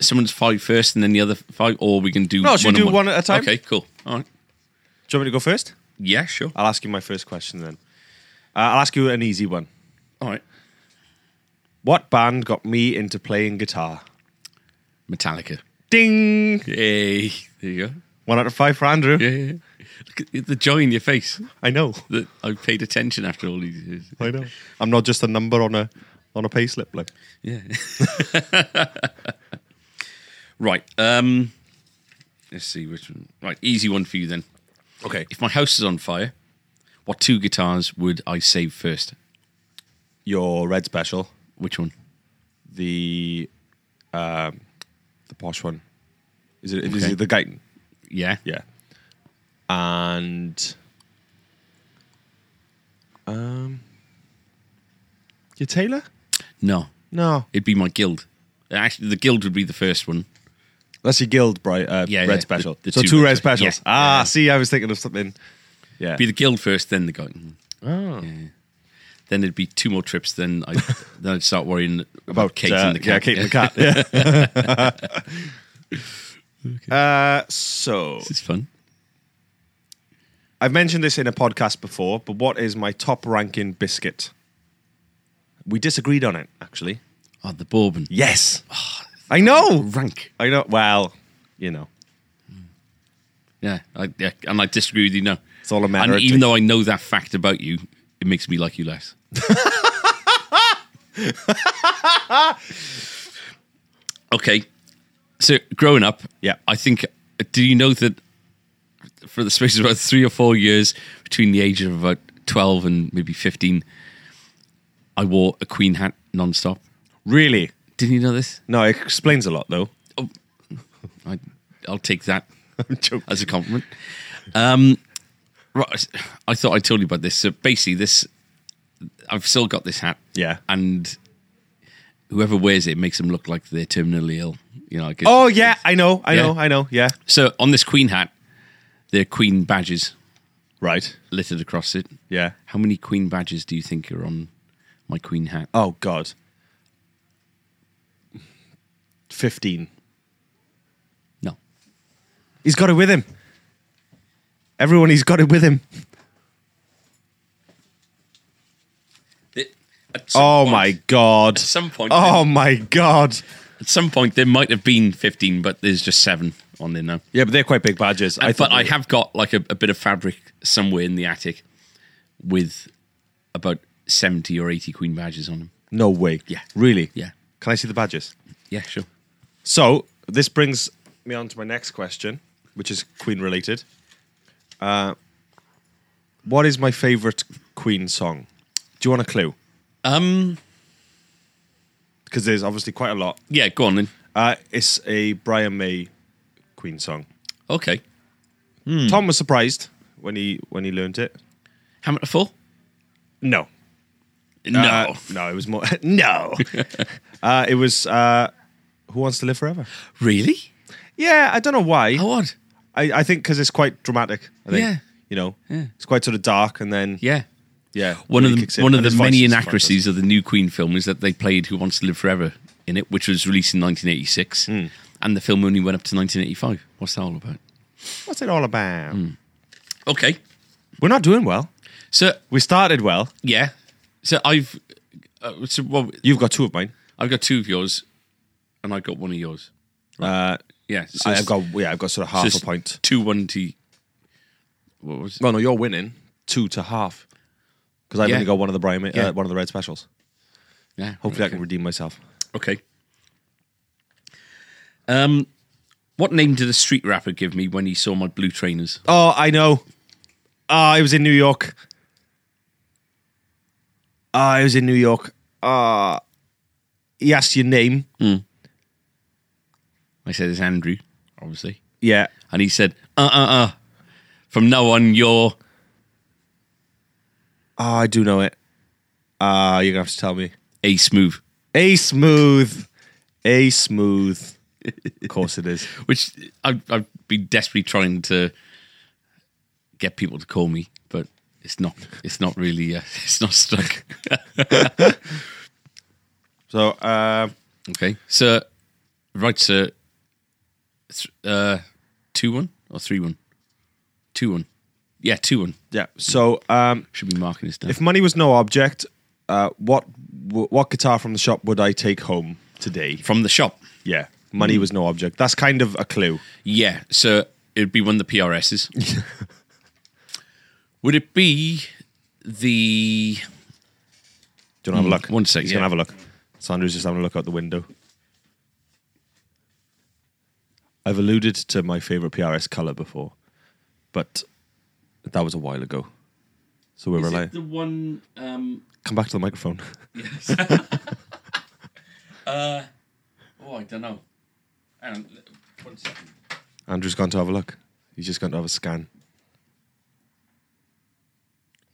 Speaker 1: someone's five first and then the other five, or we can do
Speaker 2: No,
Speaker 1: one
Speaker 2: should we
Speaker 1: and
Speaker 2: do one at a time?
Speaker 1: Okay, cool. All right.
Speaker 2: Do you want me to go first?
Speaker 1: Yeah, sure.
Speaker 2: I'll ask you my first question then. Uh, I'll ask you an easy one.
Speaker 1: All right.
Speaker 2: What band got me into playing guitar?
Speaker 1: Metallica.
Speaker 2: Ding!
Speaker 1: Hey, there you go.
Speaker 2: One out of five for Andrew.
Speaker 1: Yeah, yeah, yeah. Look at the joy in your face
Speaker 2: I know.
Speaker 1: that I paid attention after all these years.
Speaker 2: I know. I'm not just a number on a on a payslip. Like
Speaker 1: Yeah. right. Um, let's see which one. Right, easy one for you then.
Speaker 2: okay,
Speaker 1: If my house is on fire, what two guitars would I save first?
Speaker 2: your red special.
Speaker 1: Which one?
Speaker 2: the um, the posh one. Is it, is
Speaker 1: Okay.
Speaker 2: it the Guyton?
Speaker 1: Yeah.
Speaker 2: Yeah. And um, your Taylor?
Speaker 1: No,
Speaker 2: No,
Speaker 1: it'd be my guild. Actually, the guild would be the first one.
Speaker 2: that's your Guild bright uh,
Speaker 1: Yeah,
Speaker 2: Red
Speaker 1: yeah,
Speaker 2: Special.
Speaker 1: the- the
Speaker 2: so
Speaker 1: two
Speaker 2: two,
Speaker 1: Red
Speaker 2: Red,
Speaker 1: Spe-
Speaker 2: Specials.
Speaker 1: yeah.
Speaker 2: Ah, see, I was thinking of something. Yeah.
Speaker 1: Be the guild first, then the Guyton.
Speaker 2: oh.
Speaker 1: Then it'd be two more trips. Then I then I'd start worrying about, Kate
Speaker 2: uh,
Speaker 1: and the cat.
Speaker 2: Yeah, Kate and the cat. Yeah. uh, so
Speaker 1: This is fun.
Speaker 2: I've mentioned this in a podcast before, but what is my top ranking biscuit? We disagreed on it, actually.
Speaker 1: Oh, the Bourbon.
Speaker 2: Yes. I know.
Speaker 1: Rank.
Speaker 2: I know. Well, you know,
Speaker 1: Yeah, I, yeah, and I disagree with you now.
Speaker 2: it's all a matter
Speaker 1: and
Speaker 2: of.
Speaker 1: even though I know that fact about you, it makes me like you less. okay. So growing up,
Speaker 2: Yeah.
Speaker 1: I think. Do you know that for the space of about three or four years between the age of about twelve and maybe fifteen, I wore a queen hat nonstop.
Speaker 2: really?
Speaker 1: Didn't you know this?
Speaker 2: No, it explains a lot, though.
Speaker 1: I, I'll take that
Speaker 2: I'm joking.
Speaker 1: as a compliment. Um, right, I thought I told you about this. So basically, this I've still got this hat.
Speaker 2: Yeah.
Speaker 1: and whoever wears it makes them look like they're terminally ill. You know. Like it-
Speaker 2: Oh, yeah. I know. I
Speaker 1: Yeah.
Speaker 2: know. I know. Yeah.
Speaker 1: So on this queen hat, there are queen badges
Speaker 2: Right.
Speaker 1: littered across it.
Speaker 2: Yeah.
Speaker 1: How many queen badges do you think are on my queen hat?
Speaker 2: Oh, God. 15.
Speaker 1: No,
Speaker 2: He's got it with him. Everyone, he's got it with him. Oh, my God. At
Speaker 1: some point-
Speaker 2: Oh, my God.
Speaker 1: At some point, there might have been fifteen, but there's just seven on there now.
Speaker 2: Yeah, but they're quite big badges. I
Speaker 1: but
Speaker 2: thought
Speaker 1: I
Speaker 2: they-
Speaker 1: have got like a, a bit of fabric somewhere in the attic with about 70 or 80 queen badges on them.
Speaker 2: no way.
Speaker 1: Yeah.
Speaker 2: really.
Speaker 1: Yeah.
Speaker 2: Can I see the badges?
Speaker 1: Yeah, sure.
Speaker 2: So this brings me on to my next question, which is Queen related. Uh, what is my favorite Queen song? Do you want a clue?
Speaker 1: Um,
Speaker 2: Because there's obviously quite a lot.
Speaker 1: yeah, go on then.
Speaker 2: Uh, it's a Brian May Queen song.
Speaker 1: Okay. Hmm.
Speaker 2: Tom was surprised when he when he learned it.
Speaker 1: How much full?
Speaker 2: No,
Speaker 1: No.
Speaker 2: Uh, no, it was more. no, uh, it was. Uh, Who wants to live forever?
Speaker 1: really?
Speaker 2: Yeah, I don't know why.
Speaker 1: How odd.
Speaker 2: I, I think because it's quite dramatic. I think,
Speaker 1: Yeah.
Speaker 2: You know,
Speaker 1: Yeah.
Speaker 2: it's quite sort of dark, and then
Speaker 1: Yeah.
Speaker 2: yeah,
Speaker 1: One
Speaker 2: really
Speaker 1: of
Speaker 2: kicks
Speaker 1: the
Speaker 2: in.
Speaker 1: one of
Speaker 2: And
Speaker 1: the
Speaker 2: his
Speaker 1: many
Speaker 2: voice is
Speaker 1: inaccuracies of the new Queen film is that they played Who Wants to Live Forever in it, which was released in 1986,
Speaker 2: Hmm.
Speaker 1: and the film only went up to 1985. What's that all about?
Speaker 2: fantastic. What's it all about?
Speaker 1: Hmm. Okay,
Speaker 2: We're not doing well.
Speaker 1: so
Speaker 2: We started well.
Speaker 1: yeah, so I've uh, so what,
Speaker 2: You've got two of mine.
Speaker 1: I've got two of yours, and I've got one of yours.
Speaker 2: Uh,
Speaker 1: Yeah, so
Speaker 2: I've
Speaker 1: it's-
Speaker 2: got yeah, I've got sort of half
Speaker 1: so
Speaker 2: a point.
Speaker 1: Two one to what was it?
Speaker 2: Well, Oh, no, you're winning two to half because I've
Speaker 1: Yeah.
Speaker 2: only got one of the Brian, Ma-
Speaker 1: Yeah.
Speaker 2: uh, one of the red specials.
Speaker 1: Yeah,
Speaker 2: Hopefully, I
Speaker 1: okay.
Speaker 2: can redeem myself.
Speaker 1: Okay. Um, what name did a street rapper give me when he saw my blue trainers?
Speaker 2: Oh, I know. Ah, I was in New York. Ah, I was in New York. Ah, he asked your name,
Speaker 1: I said, it's Andrew, obviously.
Speaker 2: Yeah.
Speaker 1: And he said, uh, uh, uh. From now on, you're.
Speaker 2: Oh, I do know it. Ah, you're gonna have to tell me.
Speaker 1: A smooth,
Speaker 2: A smooth, a smooth. Of course it is.
Speaker 1: which I've, I've been desperately trying to get people to call me, but it's not. It's not really. Uh, it's not stuck.
Speaker 2: So, uh,
Speaker 1: okay, so right, sir. Th- uh, two one or three one, two one. Yeah, two one.
Speaker 2: yeah. So, um,
Speaker 1: Should be marking this down.
Speaker 2: if money was no object, uh, what what guitar from the shop would I take home today?
Speaker 1: From the shop.
Speaker 2: Yeah, money
Speaker 1: Hmm.
Speaker 2: was no object. That's kind of a clue.
Speaker 1: Yeah, so it'd be one of the PRSs. Would it be the
Speaker 2: Do you want to have a look?
Speaker 1: Hmm. one sec,
Speaker 2: He's
Speaker 1: yeah.
Speaker 2: gonna have a look. Sandra's just having a look out the window. I've alluded to my favorite PRS color before, but that was a while ago. So we're relying.
Speaker 1: the one um
Speaker 2: Come back to the microphone.
Speaker 1: yes. oh I don't know. Hang on one second.
Speaker 2: Andrew's gone to have a look. He's just going to have a scan.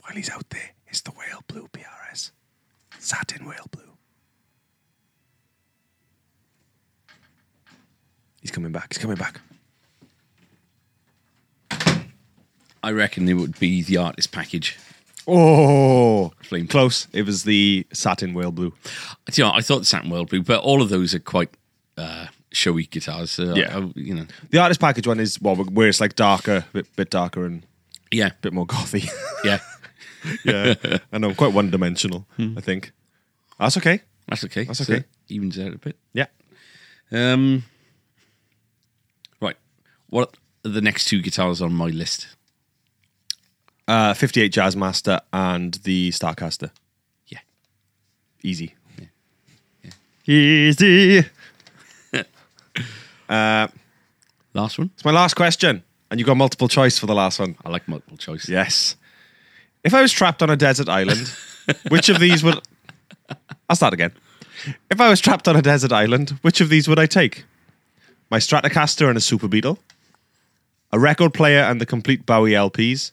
Speaker 2: While he's out there, it's the whale blue PRS. Satin whale blue. He's coming back. He's coming back.
Speaker 1: I reckon it would be the artist package.
Speaker 2: Oh,
Speaker 1: Flame.
Speaker 2: close. It was the satin whale blue.
Speaker 1: Do You know, I thought the Saturn World Blue, but all of those are quite uh showy guitars. So I-
Speaker 2: Yeah.
Speaker 1: I- you know.
Speaker 2: The artist package one is well, where it's like darker, bit, bit darker and a
Speaker 1: Yeah.
Speaker 2: bit more gothy.
Speaker 1: Yeah.
Speaker 2: yeah, I know, quite one dimensional. I think that's okay.
Speaker 1: That's okay.
Speaker 2: That's
Speaker 1: So
Speaker 2: okay.
Speaker 1: evens out a bit.
Speaker 2: Yeah,
Speaker 1: Um, right. What are the next two guitars on my list?
Speaker 2: uh, fifty-eight Jazzmaster and the Starcaster.
Speaker 1: Yeah.
Speaker 2: Easy. Easy. uh,
Speaker 1: Last one?
Speaker 2: it's my last question, and you got multiple choice for the last one.
Speaker 1: I like multiple choice.
Speaker 2: Yes. If I was trapped on a desert island, which of these would. I'll start again. If I was trapped on a desert island, which of these would I take? My Stratocaster and a Super Beetle? A record player and the complete Bowie LPs?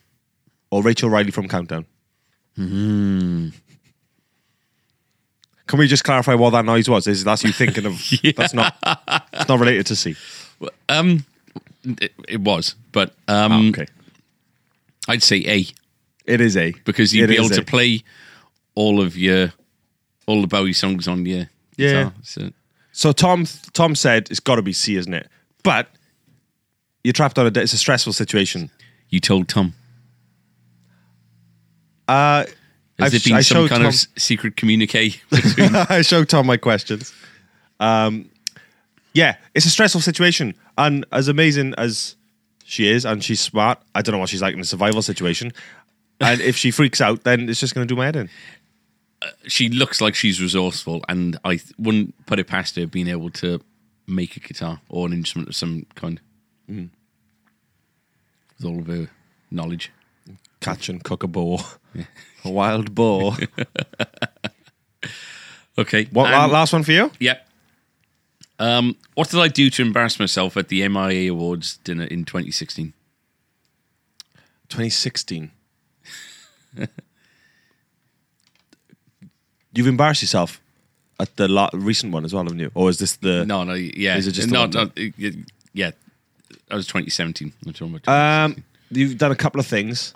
Speaker 2: Or Rachel Riley from Countdown?
Speaker 1: Hmm.
Speaker 2: Can we just clarify what that noise was? Is that's you thinking of? That's not. It's not related to C.
Speaker 1: Um, it, it was, but um,
Speaker 2: Ah, okay,
Speaker 1: I'd say A
Speaker 2: it is A
Speaker 1: because you'd
Speaker 2: It
Speaker 1: be able
Speaker 2: is
Speaker 1: to
Speaker 2: A.
Speaker 1: play all of your all the Bowie songs on your
Speaker 2: Yeah.
Speaker 1: guitar. So
Speaker 2: So Tom Tom said it's got to be C, isn't it? But you're trapped on a. De- it's a stressful situation.
Speaker 1: you told Tom.
Speaker 2: Uh,
Speaker 1: Has
Speaker 2: I've-
Speaker 1: there been
Speaker 2: I
Speaker 1: some
Speaker 2: showed
Speaker 1: kind
Speaker 2: Tom,
Speaker 1: of s- secret communique?
Speaker 2: I showed Tom my questions. Um, yeah, it's a stressful situation, and as amazing as she is, and she's smart, I don't know what she's like in a survival situation. And if she freaks out, then it's just going to do my head in.
Speaker 1: she looks like she's resourceful, and I th- wouldn't put it past her being able to make a guitar or an instrument of some kind
Speaker 2: Hmm.
Speaker 1: with all of her knowledge.
Speaker 2: Catch and cook a boar, a wild boar.
Speaker 1: Okay,
Speaker 2: What la-
Speaker 1: um,
Speaker 2: last one for you?
Speaker 1: yeah. Um, what did I do to embarrass myself at the MIA Awards dinner in 2016?
Speaker 2: 2016. You've embarrassed yourself at the la- recent one as well, haven't you? Or is this the?
Speaker 1: No, no, yeah,
Speaker 2: Is it just the
Speaker 1: no,
Speaker 2: one
Speaker 1: no, it- it- yeah? That was 2017. I'm talking about.
Speaker 2: Um, you've done a couple of things.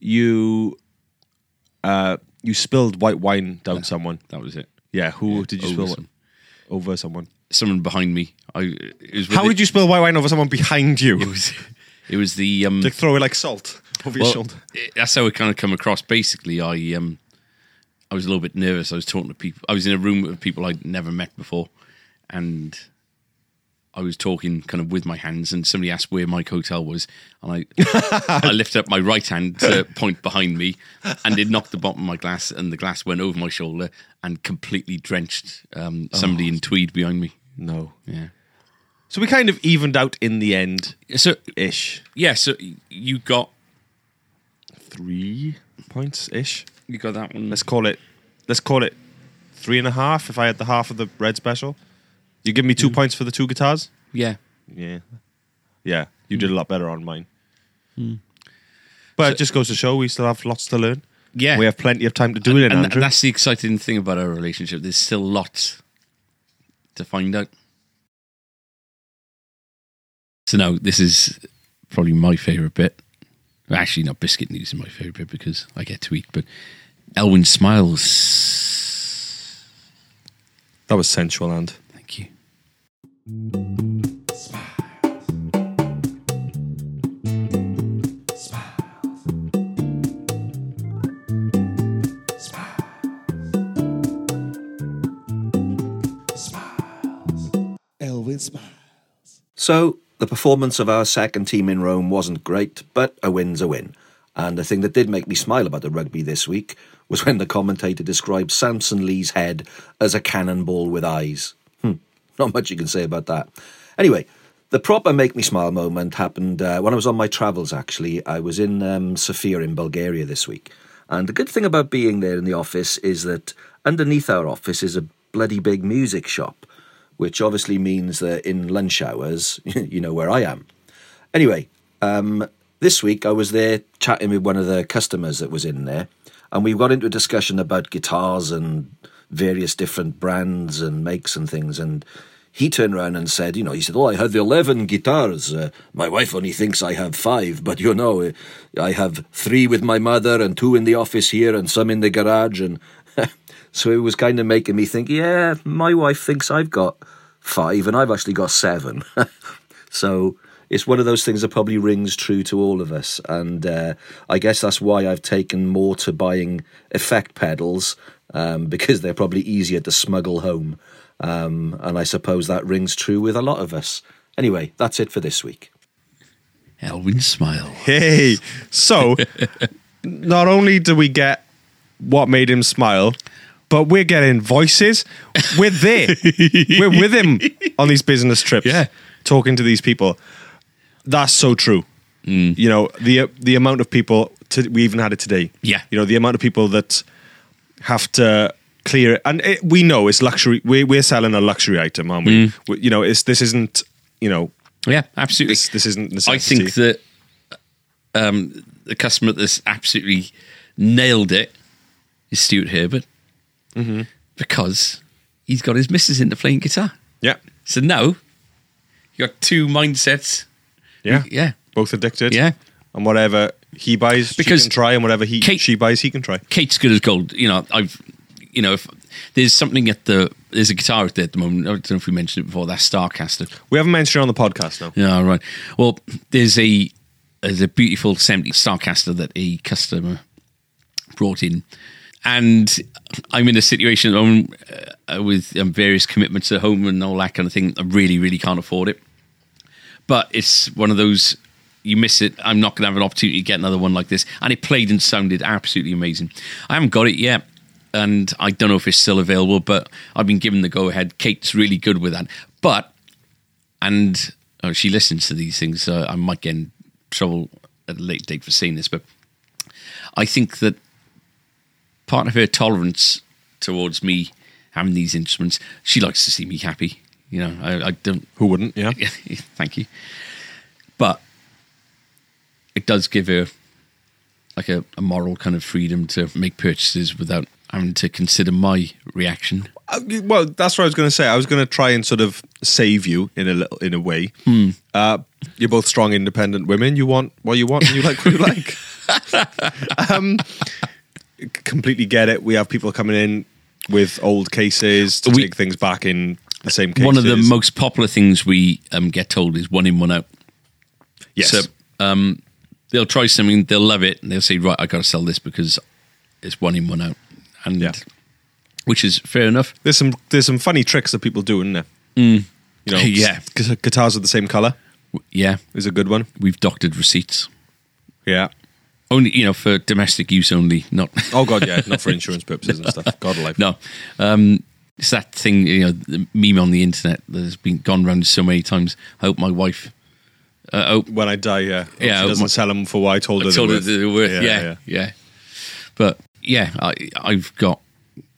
Speaker 2: You, uh, you spilled white wine down someone.
Speaker 1: that was it.
Speaker 2: Yeah, who did you
Speaker 1: over
Speaker 2: spill
Speaker 1: some-
Speaker 2: it? over someone?
Speaker 1: Someone behind me. I. It was
Speaker 2: How would you spill white wine over someone behind you?
Speaker 1: It was, it was the um,
Speaker 2: Like throw it like salt over your
Speaker 1: Well,
Speaker 2: shoulder.
Speaker 1: it- that's how it kind of come across. Basically, I um, I was a little bit nervous. I was talking to people. I was in a room with people I'd never met before, and I was talking kind of with my hands. And somebody asked where my hotel was, and I I lifted up my right hand to point behind me, and it knocked the bottom of my glass, and the glass went over my shoulder and completely drenched um, somebody in tweed behind me.
Speaker 2: No.
Speaker 1: Yeah.
Speaker 2: So we kind of evened out in the end,
Speaker 1: So
Speaker 2: ish.
Speaker 1: yeah, so you got
Speaker 2: Three points ish.
Speaker 1: you got that one.
Speaker 2: let's call it let's call it three and a half if I had the half of the red special. You give me two points for the two guitars?
Speaker 1: Mm. Yeah. Mm.
Speaker 2: Yeah. Yeah. You did a lot better on mine. But it just goes to show we still have lots to learn.
Speaker 1: Yeah.
Speaker 2: We have plenty of time to do it,
Speaker 1: and, and
Speaker 2: Andrew.
Speaker 1: that's the exciting thing about our relationship. There's still lots to find out. So now this is probably my favourite bit. Well, Actually, not biscuit news is my favourite bit because I get to eat. But Elwyn smiles.
Speaker 2: that was sensual, and
Speaker 1: Thank you.
Speaker 3: Elwin Smile.
Speaker 4: So, the performance of our second team in Rome wasn't great, but a win's a win. And the thing that did make me smile about the rugby this week was when the commentator described Samson Lee's head as a cannonball with eyes. Hmm, not much you can say about that. Anyway, the proper make me smile moment happened uh, when I was on my travels, actually. I was in um, Sofia in Bulgaria this week. And the good thing about being there in the office is that underneath our office is a bloody big music shop which obviously means that in lunch hours, you know where I am. Anyway, um, this week I was there chatting with one of the customers that was in there, and we got into a discussion about guitars and various different brands and makes and things. And he turned around and said, You know, he said, Oh, I had 11 guitars. Uh, my wife only thinks I have five, but you know, I have three with my mother and two in the office here and some in the garage. And so it was kind of making me think, yeah, my wife thinks I've got five and I've actually got seven. so it's one of those things that probably rings true to all of us. And uh, I guess that's why I've taken more to buying effect pedals um, because they're probably easier to smuggle home. Um, and I suppose that rings true with a lot of us. Anyway, that's it for this week.
Speaker 1: Elwyn smile.
Speaker 2: Hey. So not only do we get what made him smile, but we're getting voices. We're there. we're with him on these business trips.
Speaker 1: Yeah.
Speaker 2: Talking to these people. That's so true.
Speaker 1: Mm.
Speaker 2: You know, the the amount of people to, we even had it today.
Speaker 1: Yeah.
Speaker 2: You know, the amount of people that have to clear it. And it, we know it's luxury. We're, we're selling a luxury item, aren't
Speaker 1: Mm.
Speaker 2: we? we you know, it's this isn't, you know,
Speaker 1: Yeah, absolutely.
Speaker 2: this, this isn't
Speaker 1: I
Speaker 2: necessity.
Speaker 1: think that um, the customer that's absolutely nailed it is Stuart Herbert because he's got his missus into playing guitar.
Speaker 2: Yeah.
Speaker 1: So now you got two mindsets.
Speaker 2: Yeah.
Speaker 1: Yeah.
Speaker 2: Both addicted.
Speaker 1: Yeah.
Speaker 2: And whatever he buys,
Speaker 1: Because
Speaker 2: she can try, and whatever he
Speaker 1: Kate-
Speaker 2: she buys, he can try.
Speaker 1: Kate's good as gold. You know, I've, you know, if there's something at the, there's a guitar out there at the moment. I don't know if we mentioned it before. That's Starcaster.
Speaker 2: We haven't mentioned it on the podcast now.
Speaker 1: Yeah, right. Well, there's a there's a beautiful 70 Starcaster that a customer brought in, and I'm in a situation at the moment, uh, with um, various commitments at home and all that kind of thing. I really, really can't afford it, but it's one of those. You miss it. I'm not going to have an opportunity to get another one like this. And it played and sounded absolutely amazing. I haven't got it yet, and I don't know if it's still available. But I've been given the go ahead. Kate's really good with that. But and oh, she listens to these things. So I might get in trouble at a late date for saying this, but I think that part of her tolerance towards me having these instruments, she likes to see me happy. You know, I, I don't.
Speaker 2: Who wouldn't? Yeah.
Speaker 1: thank you, but it does give her like a, a moral kind of freedom to make purchases without having to consider my reaction.
Speaker 2: Uh, well, that's what I was going to say. I was going to try and sort of save you in a little, in a way.
Speaker 1: Hmm.
Speaker 2: Uh, you're both strong, independent women. You want what you want, and you like what you like. um, c- completely get it. We have people coming in with old cases to
Speaker 1: We-
Speaker 2: take things back in the same cases.
Speaker 1: One of the most popular things we um, get told is one in, one out.
Speaker 2: yes.
Speaker 1: So um, they'll try something, they'll love it, and they'll say, "Right, I got to sell this because it's one in, one out," and
Speaker 2: Yeah.
Speaker 1: which is fair enough.
Speaker 2: There's some there's some funny tricks that people do, isn't there? You know,
Speaker 1: Mm. Yeah.
Speaker 2: gu- guitars are the same color
Speaker 1: W- Yeah,
Speaker 2: is a good one.
Speaker 1: we've doctored receipts
Speaker 2: Yeah.
Speaker 1: only, you know, for domestic use only, not
Speaker 2: Oh god, yeah, not for insurance purposes and stuff. God alive.
Speaker 1: no. Um, it's that thing, you know, the meme on the internet that has been gone round so many times. I hope my wife, uh, I hope
Speaker 2: When I die, yeah,
Speaker 1: Yeah,
Speaker 2: she
Speaker 1: my-
Speaker 2: doesn't sell them for what I told her.
Speaker 1: I
Speaker 2: they
Speaker 1: told her
Speaker 2: were.
Speaker 1: that they were worth. Yeah, yeah, But yeah, I, I've got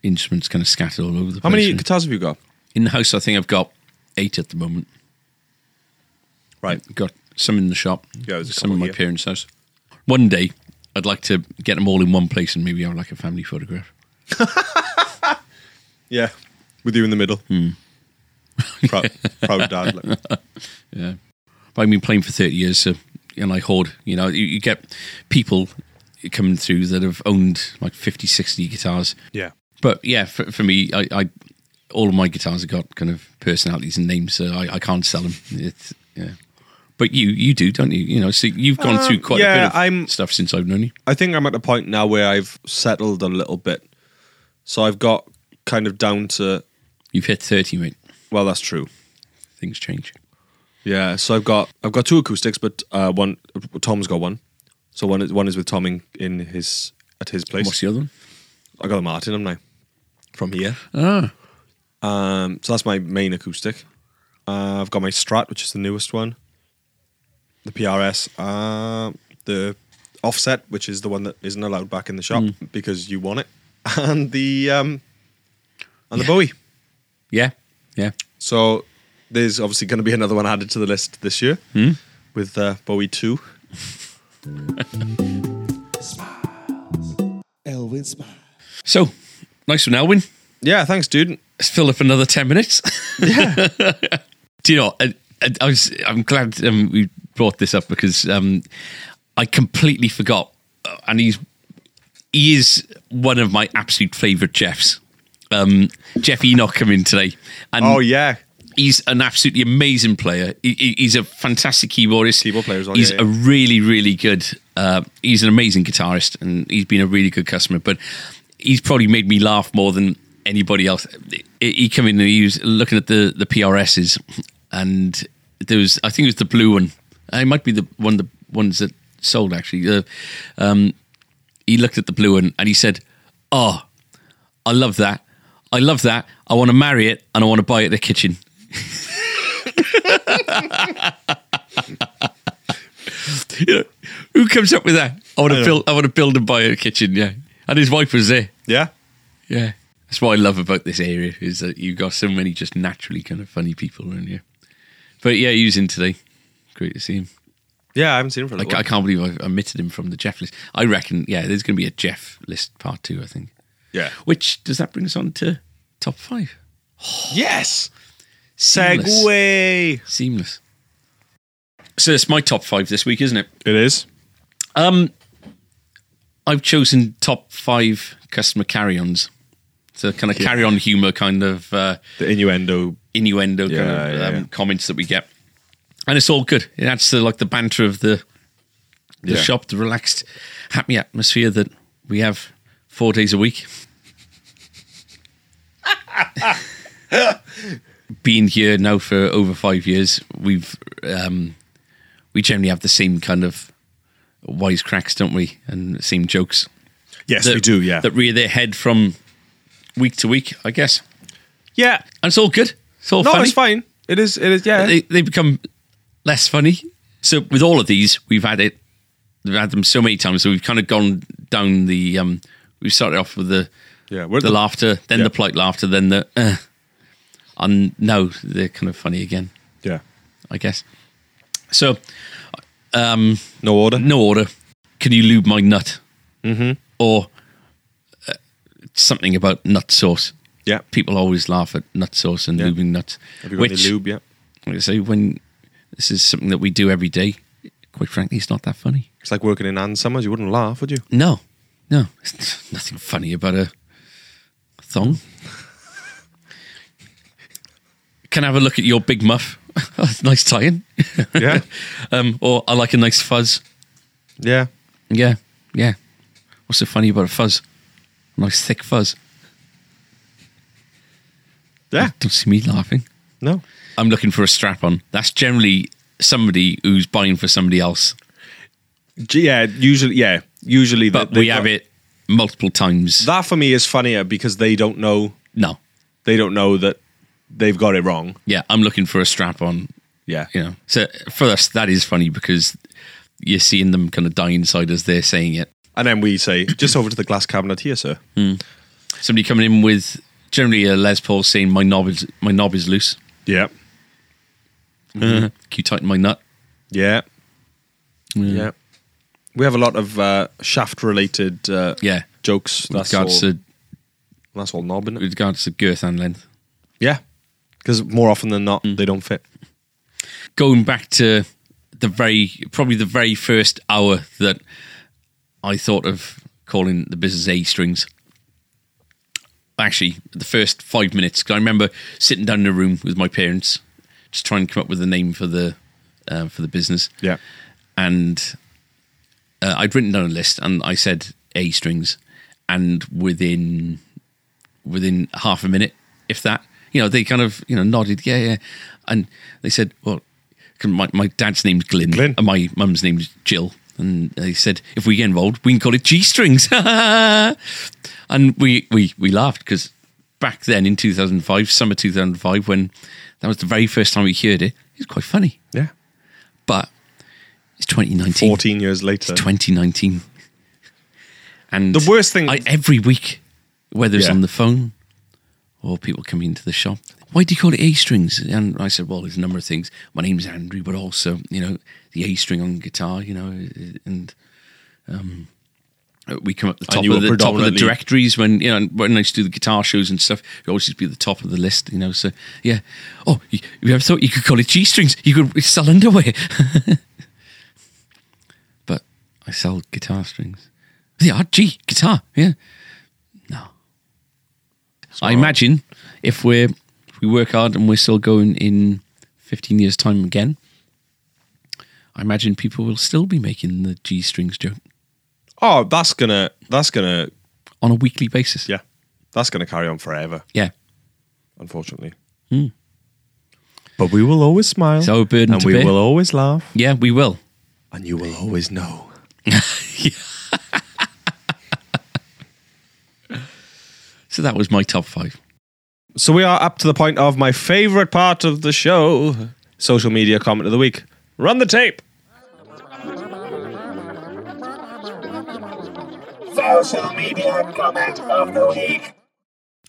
Speaker 1: instruments kind of scattered all over the
Speaker 2: How
Speaker 1: place.
Speaker 2: many
Speaker 1: and-
Speaker 2: guitars have you got?
Speaker 1: In the house, I think I've got eight at the moment.
Speaker 2: Right.
Speaker 1: Got some in the shop.
Speaker 2: Yeah, there's a
Speaker 1: some
Speaker 2: couple
Speaker 1: in my
Speaker 2: here.
Speaker 1: parents' house. One day, I'd like to get them all in one place and maybe have like a family photograph.
Speaker 2: Yeah, with you in the middle.
Speaker 1: Hmm.
Speaker 2: Proud, proud dad. Like,
Speaker 1: But I've been playing for 30 years, so, and I hoard, you know, you, you get people coming through that have owned like 50, 60 guitars.
Speaker 2: yeah.
Speaker 1: But yeah, for, for me, I, I all of my guitars have got kind of personalities and names, so I, I can't sell them. It's, yeah. But you, you do, don't you? You know, so you've gone
Speaker 2: Um,
Speaker 1: through quite a
Speaker 2: yeah,
Speaker 1: bit of
Speaker 2: I'm-
Speaker 1: stuff since I've known you.
Speaker 2: I think I'm at the point now where I've settled a little bit. So I've got kind of down to
Speaker 1: You've hit 30, mate.
Speaker 2: well, that's true.
Speaker 1: Things change.
Speaker 2: Yeah, so I've got I've got two acoustics, but uh, one Tom's got one. So one is one is with Tom in, in his at his place.
Speaker 1: What's the other one?
Speaker 2: I got a Martin, haven't I? From here.
Speaker 1: Ah,
Speaker 2: Um, so that's my main acoustic. Uh, I've got my Strat, which is the newest one. The PRS, uh, the Offset, which is the one that isn't allowed back in the shop
Speaker 1: Hmm.
Speaker 2: because you want it, and the um, and the Bowie.
Speaker 1: yeah, yeah.
Speaker 2: So there's obviously going to be another one added to the list this year with uh, Bowie two.
Speaker 3: Elwin Smile.
Speaker 1: So, nice one, Elwin.
Speaker 2: Yeah, thanks, dude.
Speaker 1: Let's fill up another 10 minutes. Do you know, I, I, I was, I'm glad um, we brought this up because um, I completely forgot. uh, And he's he is one of my absolute favourite Jeffs. Um, Jeff Enoch come in today. And
Speaker 2: Oh yeah,
Speaker 1: he's an absolutely amazing player. He- He, he's a fantastic keyboardist.
Speaker 2: Keyboard player as well,
Speaker 1: He's
Speaker 2: yeah, yeah.
Speaker 1: a really, really good. Uh, he's an amazing guitarist, and he's been a really good customer. But he's probably made me laugh more than anybody else. He, he came in and he was looking at the the PRSs, and there was I think it was the blue one. Uh, It might be the one of the ones that sold actually. Uh, um, he looked at the blue one and he said, "Oh, I love that. I love that. I want to marry it and I want to buy it in the kitchen." you know, who comes up with that? I want to build. I want to build and buy a kitchen. Yeah, and his wife was there.
Speaker 2: yeah.
Speaker 1: Yeah, that's what I love about this area is that you've got so many just naturally kind of funny people around here. But yeah, he was in today. Great to see him.
Speaker 2: Yeah, I haven't seen him for a
Speaker 1: I,
Speaker 2: little
Speaker 1: I
Speaker 2: while.
Speaker 1: can't believe I've omitted him from the Jeff list. I reckon, yeah, there's going to be a Jeff list part two, I think.
Speaker 2: Yeah.
Speaker 1: Which does that bring us on to top five?
Speaker 2: Yes.
Speaker 1: Seamless.
Speaker 2: Segway.
Speaker 1: Seamless. So it's my top five this week, isn't it?
Speaker 2: It is.
Speaker 1: Um, I've chosen top five customer carry-ons. So kind of carry-on humor, kind of uh,
Speaker 2: The innuendo.
Speaker 1: innuendo, kind
Speaker 2: Yeah,
Speaker 1: of
Speaker 2: yeah,
Speaker 1: um,
Speaker 2: yeah.
Speaker 1: comments that we get, and it's all good. It adds to like the banter of the the
Speaker 2: Yeah.
Speaker 1: shop, the relaxed, happy atmosphere that we have four days a week. Being here now for over five years, we've um, we generally have the same kind of wisecracks, don't we, and same jokes.
Speaker 2: Yes,
Speaker 1: that-
Speaker 2: we do. Yeah.
Speaker 1: that rear their head from week to week, I guess.
Speaker 2: yeah.
Speaker 1: And it's all good. It's all
Speaker 2: No,
Speaker 1: funny.
Speaker 2: Oh, it's fine. It is. It is. Yeah.
Speaker 1: They, they become less funny. So with all of these, we've had it. We've had them so many times. So we've kind of gone down the. Um, we started off with the
Speaker 2: yeah. We're
Speaker 1: the,
Speaker 2: the-
Speaker 1: laughter, then
Speaker 2: yeah.
Speaker 1: the polite laughter, then the. Uh, and now they're kind of funny again,
Speaker 2: Yeah.
Speaker 1: I guess. So
Speaker 2: No order.
Speaker 1: no order. Can you lube my nut? Mm-hmm. Or uh, something about nut sauce.
Speaker 2: Yeah.
Speaker 1: People always laugh at nut sauce and
Speaker 2: Yeah.
Speaker 1: lubing nuts.
Speaker 2: Have you got any lube? Yeah.
Speaker 1: So when this is something that we do every day, quite frankly, it's not that funny.
Speaker 2: It's like working in Ann Summers. You wouldn't laugh, would you?
Speaker 1: No, no, it's nothing funny about a thong. Can I have a look at your big muff? nice tie-in.
Speaker 2: Yeah.
Speaker 1: um, or I like a nice fuzz.
Speaker 2: yeah.
Speaker 1: Yeah, yeah. What's so funny about a fuzz? Nice thick fuzz.
Speaker 2: Yeah.
Speaker 1: Don't see me laughing.
Speaker 2: No.
Speaker 1: I'm looking for a strap on. That's generally somebody who's buying for somebody else.
Speaker 2: G- Yeah. Usually. Yeah. Usually.
Speaker 1: But
Speaker 2: they-
Speaker 1: we
Speaker 2: they've
Speaker 1: have
Speaker 2: got-
Speaker 1: it multiple times.
Speaker 2: That for me is funnier because they don't know.
Speaker 1: no.
Speaker 2: They don't know that they've got it wrong.
Speaker 1: Yeah, I'm looking for a strap on.
Speaker 2: Yeah.
Speaker 1: You know. So for us that is funny because you're seeing them kind of die inside as they're saying it.
Speaker 2: And then we say, just over to the glass cabinet here, sir.
Speaker 1: Somebody coming in with generally a Les Paul saying my knob is my knob is loose.
Speaker 2: Yeah. Mm-hmm.
Speaker 1: Can you tighten my nut?
Speaker 2: Yeah. Yeah. We have a lot of uh, shaft related uh,
Speaker 1: Yeah.
Speaker 2: jokes.
Speaker 1: With
Speaker 2: That's all,
Speaker 1: regards to
Speaker 2: that's all knob,
Speaker 1: with
Speaker 2: innit?
Speaker 1: regards to girth and length.
Speaker 2: Yeah. Because more often than
Speaker 1: Mm.
Speaker 2: not, they don't fit.
Speaker 1: Going back to the very probably the very first hour that I thought of calling the business A strings. Actually, the first five minutes, 'cause I remember sitting down in a room with my parents, just trying to come up with a name for the uh, for the business.
Speaker 2: Yeah.
Speaker 1: and uh, I'd written down a list, and I said A strings, and within within half a minute, if that, you know, they kind of you know nodded, yeah, yeah, and they said, well, 'cause my my dad's name's Glyn,
Speaker 2: Glyn.
Speaker 1: and my mum's name's Jill, and they said if we get involved, we can call it G strings, and we we we laughed because back then in 2005, summer 2005, when that was the very first time we heard it, it was quite funny,
Speaker 2: Yeah.
Speaker 1: but. It's 2019.
Speaker 2: 14 years later.
Speaker 1: 2019. And
Speaker 2: The worst thing-
Speaker 1: I, every week, whether it's
Speaker 2: Yeah.
Speaker 1: on the phone or people coming into the shop, why do you call it A strings? And I said, well, there's a number of things. My name's Andrew, but also, you know, the A string on guitar, you know, and um, we come up the
Speaker 2: And
Speaker 1: top
Speaker 2: you
Speaker 1: of the top of the
Speaker 2: were predominantly-
Speaker 1: directories when you know when I used to do the guitar shows and stuff. You always used to be at the top of the list, you know. So yeah. Oh, you, you ever thought you could call it G strings? You could sell underwear. but I sell guitar strings. They are G guitar, yeah. No. I imagine if we're if we work hard and we're still going in fifteen years' time again, I imagine people will still be making the G strings joke
Speaker 2: oh, that's going to, that's going to,
Speaker 1: on a weekly basis.
Speaker 2: yeah. That's going to carry on forever,
Speaker 1: Yeah.
Speaker 2: unfortunately. But we will always smile.
Speaker 1: Hmm. It's our burden
Speaker 2: and
Speaker 1: to
Speaker 2: we
Speaker 1: bear.
Speaker 2: will always laugh.
Speaker 1: Yeah, we will.
Speaker 2: And you will always know.
Speaker 1: So that was my top five.
Speaker 2: So we are up to the point of my favorite part of the show social media comment of the week. Run the tape.
Speaker 5: social media comment of the week.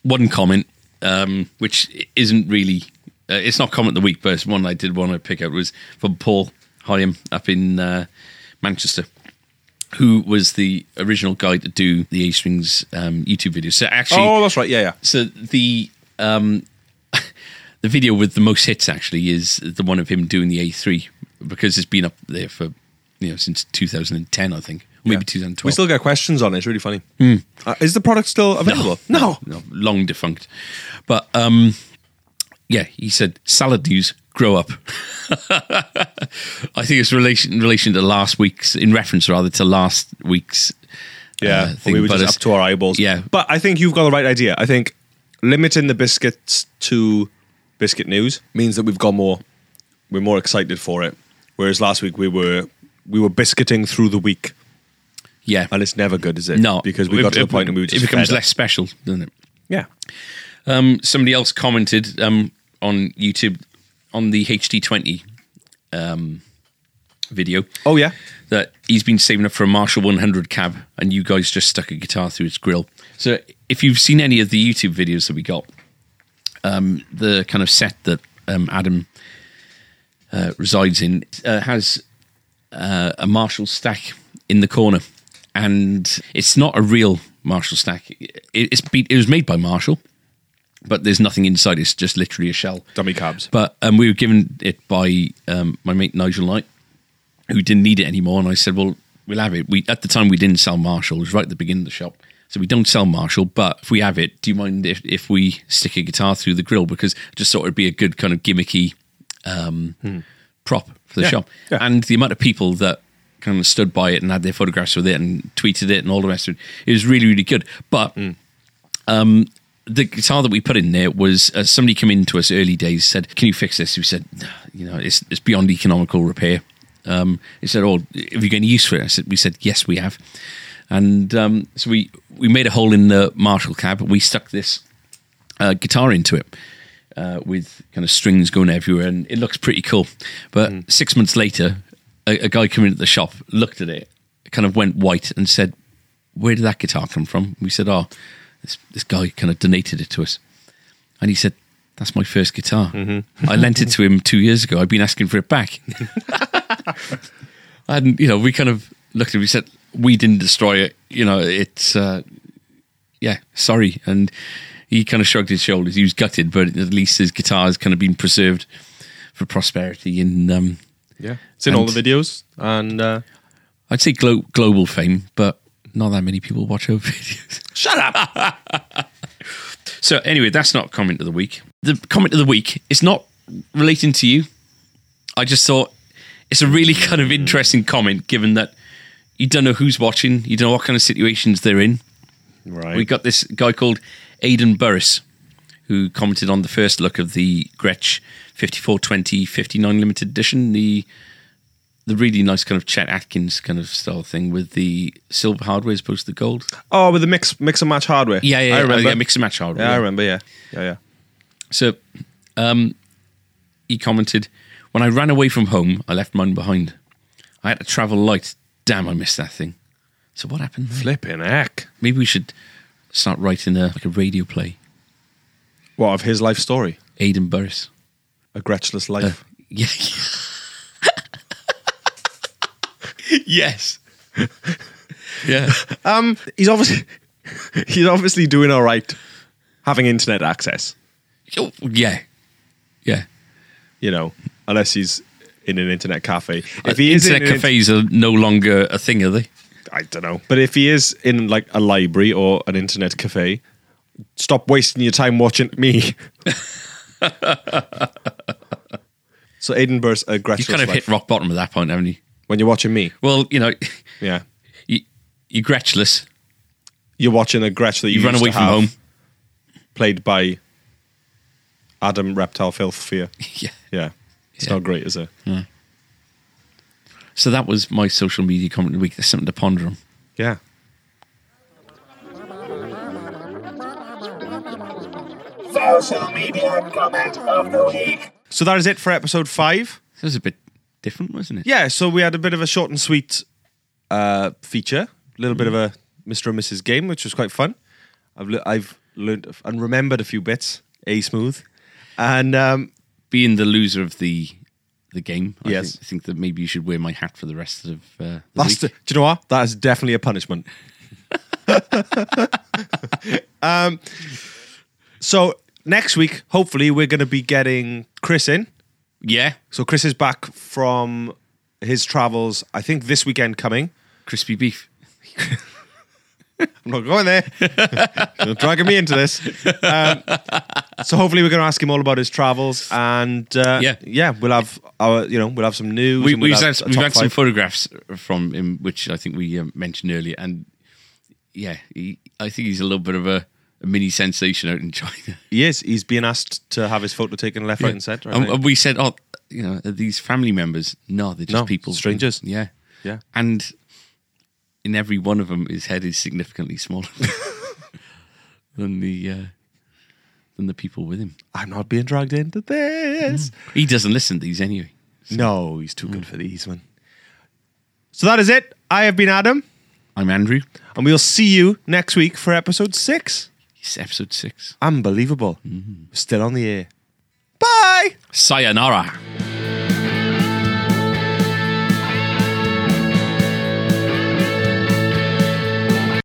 Speaker 1: One comment, um, which isn't really, uh, it's not comment of the week, but it's one I did want to pick up was from Paul Hyam up in uh, Manchester, who was the original guy to do the A Strings um, YouTube videos. So actually,
Speaker 2: Oh, that's right. Yeah, yeah.
Speaker 1: so the um the video with the most hits actually is the one of him doing the A3 because it's been up there for you know since 2010 I think or maybe
Speaker 2: Yeah.
Speaker 1: 2012
Speaker 2: We still get questions on it. It's really funny. Uh, is the product still available?
Speaker 1: Hmm. no, long defunct but um yeah he said salad news grow up I think it's relation in relation to last week's in reference rather to last week's
Speaker 2: Yeah,
Speaker 1: uh, thing,
Speaker 2: we were
Speaker 1: but
Speaker 2: just
Speaker 1: it's-
Speaker 2: up to our eyeballs.
Speaker 1: Yeah.
Speaker 2: but I think you've got the right idea. I think limiting the biscuits to biscuit news means that we've got more. We're more excited for it, whereas last week we were we were biscuiting through the week,
Speaker 1: yeah
Speaker 2: and it's never good, is it?
Speaker 1: no
Speaker 2: because we
Speaker 1: It-
Speaker 2: got to the
Speaker 1: it-
Speaker 2: point and we were just
Speaker 1: it becomes
Speaker 2: fed up.
Speaker 1: less special doesn't it
Speaker 2: Yeah,
Speaker 1: Um, somebody else commented um, on YouTube on the HD20 um, video
Speaker 2: Oh yeah.
Speaker 1: that he's been saving up for a Marshall 100 cab, and you guys just stuck a guitar through its grill. So if you've seen any of the YouTube videos that we got, um, the kind of set that um, Adam uh, resides in uh, has uh, a Marshall stack in the corner, and it's not a real Marshall stack. It, it's be, it was made by Marshall, but there's nothing inside. It's just literally a shell.
Speaker 2: Dummy cabs.
Speaker 1: But um, we were given it by um, my mate Nigel Knight, who didn't need it anymore. And I said, "Well, we'll have it." We at the time we didn't sell Marshall. It was right at the beginning of the shop, so we don't sell Marshall. But if we have it, do you mind if, if we stick a guitar through the grill? Because I just thought it'd be a good kind of gimmicky um, prop for the
Speaker 2: Yeah,
Speaker 1: shop.
Speaker 2: yeah.
Speaker 1: And the amount of people that kind of stood by it and had their photographs with it and tweeted it and all the rest of it, it was really really good. But
Speaker 2: Mm.
Speaker 1: um, the guitar that we put in there was uh, somebody came in to us early days said, "Can you fix this?" We said, "You know, it's it's beyond economical repair." Um, he said, "Oh, have you got any use for it?" I said, "We said yes, we have," and um, so we we made a hole in the Marshall cab. We stuck this uh, guitar into it uh, with kind of strings going everywhere, and it looks pretty cool. But six months later, a, a guy came into the shop, looked at it, kind of went white, and said, "Where did that guitar come from?" We said, "Oh, this, this guy kind of donated it to us," and he said. That's my first guitar. I lent it to him two years ago. I've been asking for it back. and you know, we kind of looked at it, we said we didn't destroy it. You know, it's uh, yeah, sorry. And he kind of shrugged his shoulders. He was gutted, but at least his guitar has kind of been preserved for prosperity and um,
Speaker 2: Yeah, it's in all
Speaker 1: And-
Speaker 2: the videos, and uh,
Speaker 1: I'd say glo- global fame, but not that many people watch our videos. Shut up. so anyway, that's not comment of the week. The comment of the week is not relating to you. I just thought it's a really kind of interesting comment, given that you don't know who's watching, you don't know what kind of situations they're in.
Speaker 2: right,
Speaker 1: We got this guy called Aidan Burris, who commented on the first look of the Gretsch 5420 59 limited edition, the the really nice kind of Chet Atkins kind of style thing with the silver hardware as opposed to the gold.
Speaker 2: oh with the mix mix and match hardware.
Speaker 1: Yeah, Oh, yeah, yeah.
Speaker 2: I remember.
Speaker 1: Yeah, mix and match hardware.
Speaker 2: yeah, I remember. Yeah, yeah, yeah.
Speaker 1: So, um, he commented, "When I ran away from home, I left mine behind. I had to travel light. Damn, I missed that thing. So what happened? there?
Speaker 2: Flipping heck.
Speaker 1: Maybe we should start writing a like a radio play,
Speaker 2: What of his life story?
Speaker 1: Aidan Burris."
Speaker 2: A Gretchless life.
Speaker 1: Yeah. yes. yeah.
Speaker 2: um, he's obviously he's obviously doing all right, having internet access.
Speaker 1: Oh, Yeah. Yeah.
Speaker 2: You know, unless he's in an internet cafe. If
Speaker 1: Uh,
Speaker 2: he is
Speaker 1: internet
Speaker 2: in an int-
Speaker 1: cafes are no longer a thing, are they?
Speaker 2: I don't know. But if he is in like a library or an internet cafe, stop wasting your time watching me. so Aiden Burst a
Speaker 1: You
Speaker 2: Gretchen's
Speaker 1: kind of
Speaker 2: life.
Speaker 1: hit rock bottom at that point, haven't you?
Speaker 2: when you're watching me.
Speaker 1: Well, you know,
Speaker 2: Yeah.
Speaker 1: you, you're gretchless.
Speaker 2: You're watching a Gretch that you
Speaker 1: You run
Speaker 2: used
Speaker 1: away
Speaker 2: to
Speaker 1: from
Speaker 2: have,
Speaker 1: home.
Speaker 2: played by Adam Reptile Filth Fear.
Speaker 1: Yeah.
Speaker 2: Yeah. It's
Speaker 1: Yeah.
Speaker 2: not great, is it?
Speaker 1: So that was my social media comment of the week. There's something to ponder on.
Speaker 2: Yeah.
Speaker 5: Social media comment of the week.
Speaker 2: So that is it for episode five.
Speaker 1: That was a bit different, wasn't it?
Speaker 2: Yeah, so we had a bit of a short and sweet uh, feature, a little bit of a Mr. and Mrs. game, which was quite fun. I've le- I've learned and remembered a few bits, a smooth, and um,
Speaker 1: Being the loser of the the game, I
Speaker 2: Yes.
Speaker 1: think, I think that maybe you should wear my hat for the rest of uh, the
Speaker 2: that's
Speaker 1: week.
Speaker 2: the- do you know what? That is definitely a punishment. um, so next week, hopefully, we're going to be getting Chris in.
Speaker 1: yeah,
Speaker 2: So Chris is back from his travels. I think this weekend coming.
Speaker 1: crispy beef.
Speaker 2: I'm not going there. You're dragging me into this. Um, so hopefully we're going to ask him all about his travels, and uh,
Speaker 1: Yeah.
Speaker 2: we'll have our, you know, we'll have some news.
Speaker 1: we,
Speaker 2: and we'll
Speaker 1: we've
Speaker 2: have
Speaker 1: had,
Speaker 2: a
Speaker 1: we've
Speaker 2: top
Speaker 1: had some
Speaker 2: five.
Speaker 1: photographs from him, which I think we um, mentioned earlier, and yeah, he, I think he's a little bit of a, a mini sensation out in China.
Speaker 2: He is. He's being asked to have his photo taken left, right, and centre. I
Speaker 1: and,
Speaker 2: think.
Speaker 1: and we said, "Oh, you know, are these family members? No, they're just
Speaker 2: No,
Speaker 1: people,
Speaker 2: strangers.
Speaker 1: Yeah,
Speaker 2: Yeah.
Speaker 1: And in every one of them, his head is significantly smaller than the uh, than the people with him.
Speaker 2: I'm not being dragged into this.
Speaker 1: He doesn't listen to these anyway.
Speaker 2: No, he's too good for these, man. So that is it. I have been Adam,
Speaker 1: I'm Andrew.
Speaker 2: and we'll see you next week for episode six.
Speaker 1: It's episode six.
Speaker 2: Unbelievable. Still on the air. Bye.
Speaker 1: Sayonara.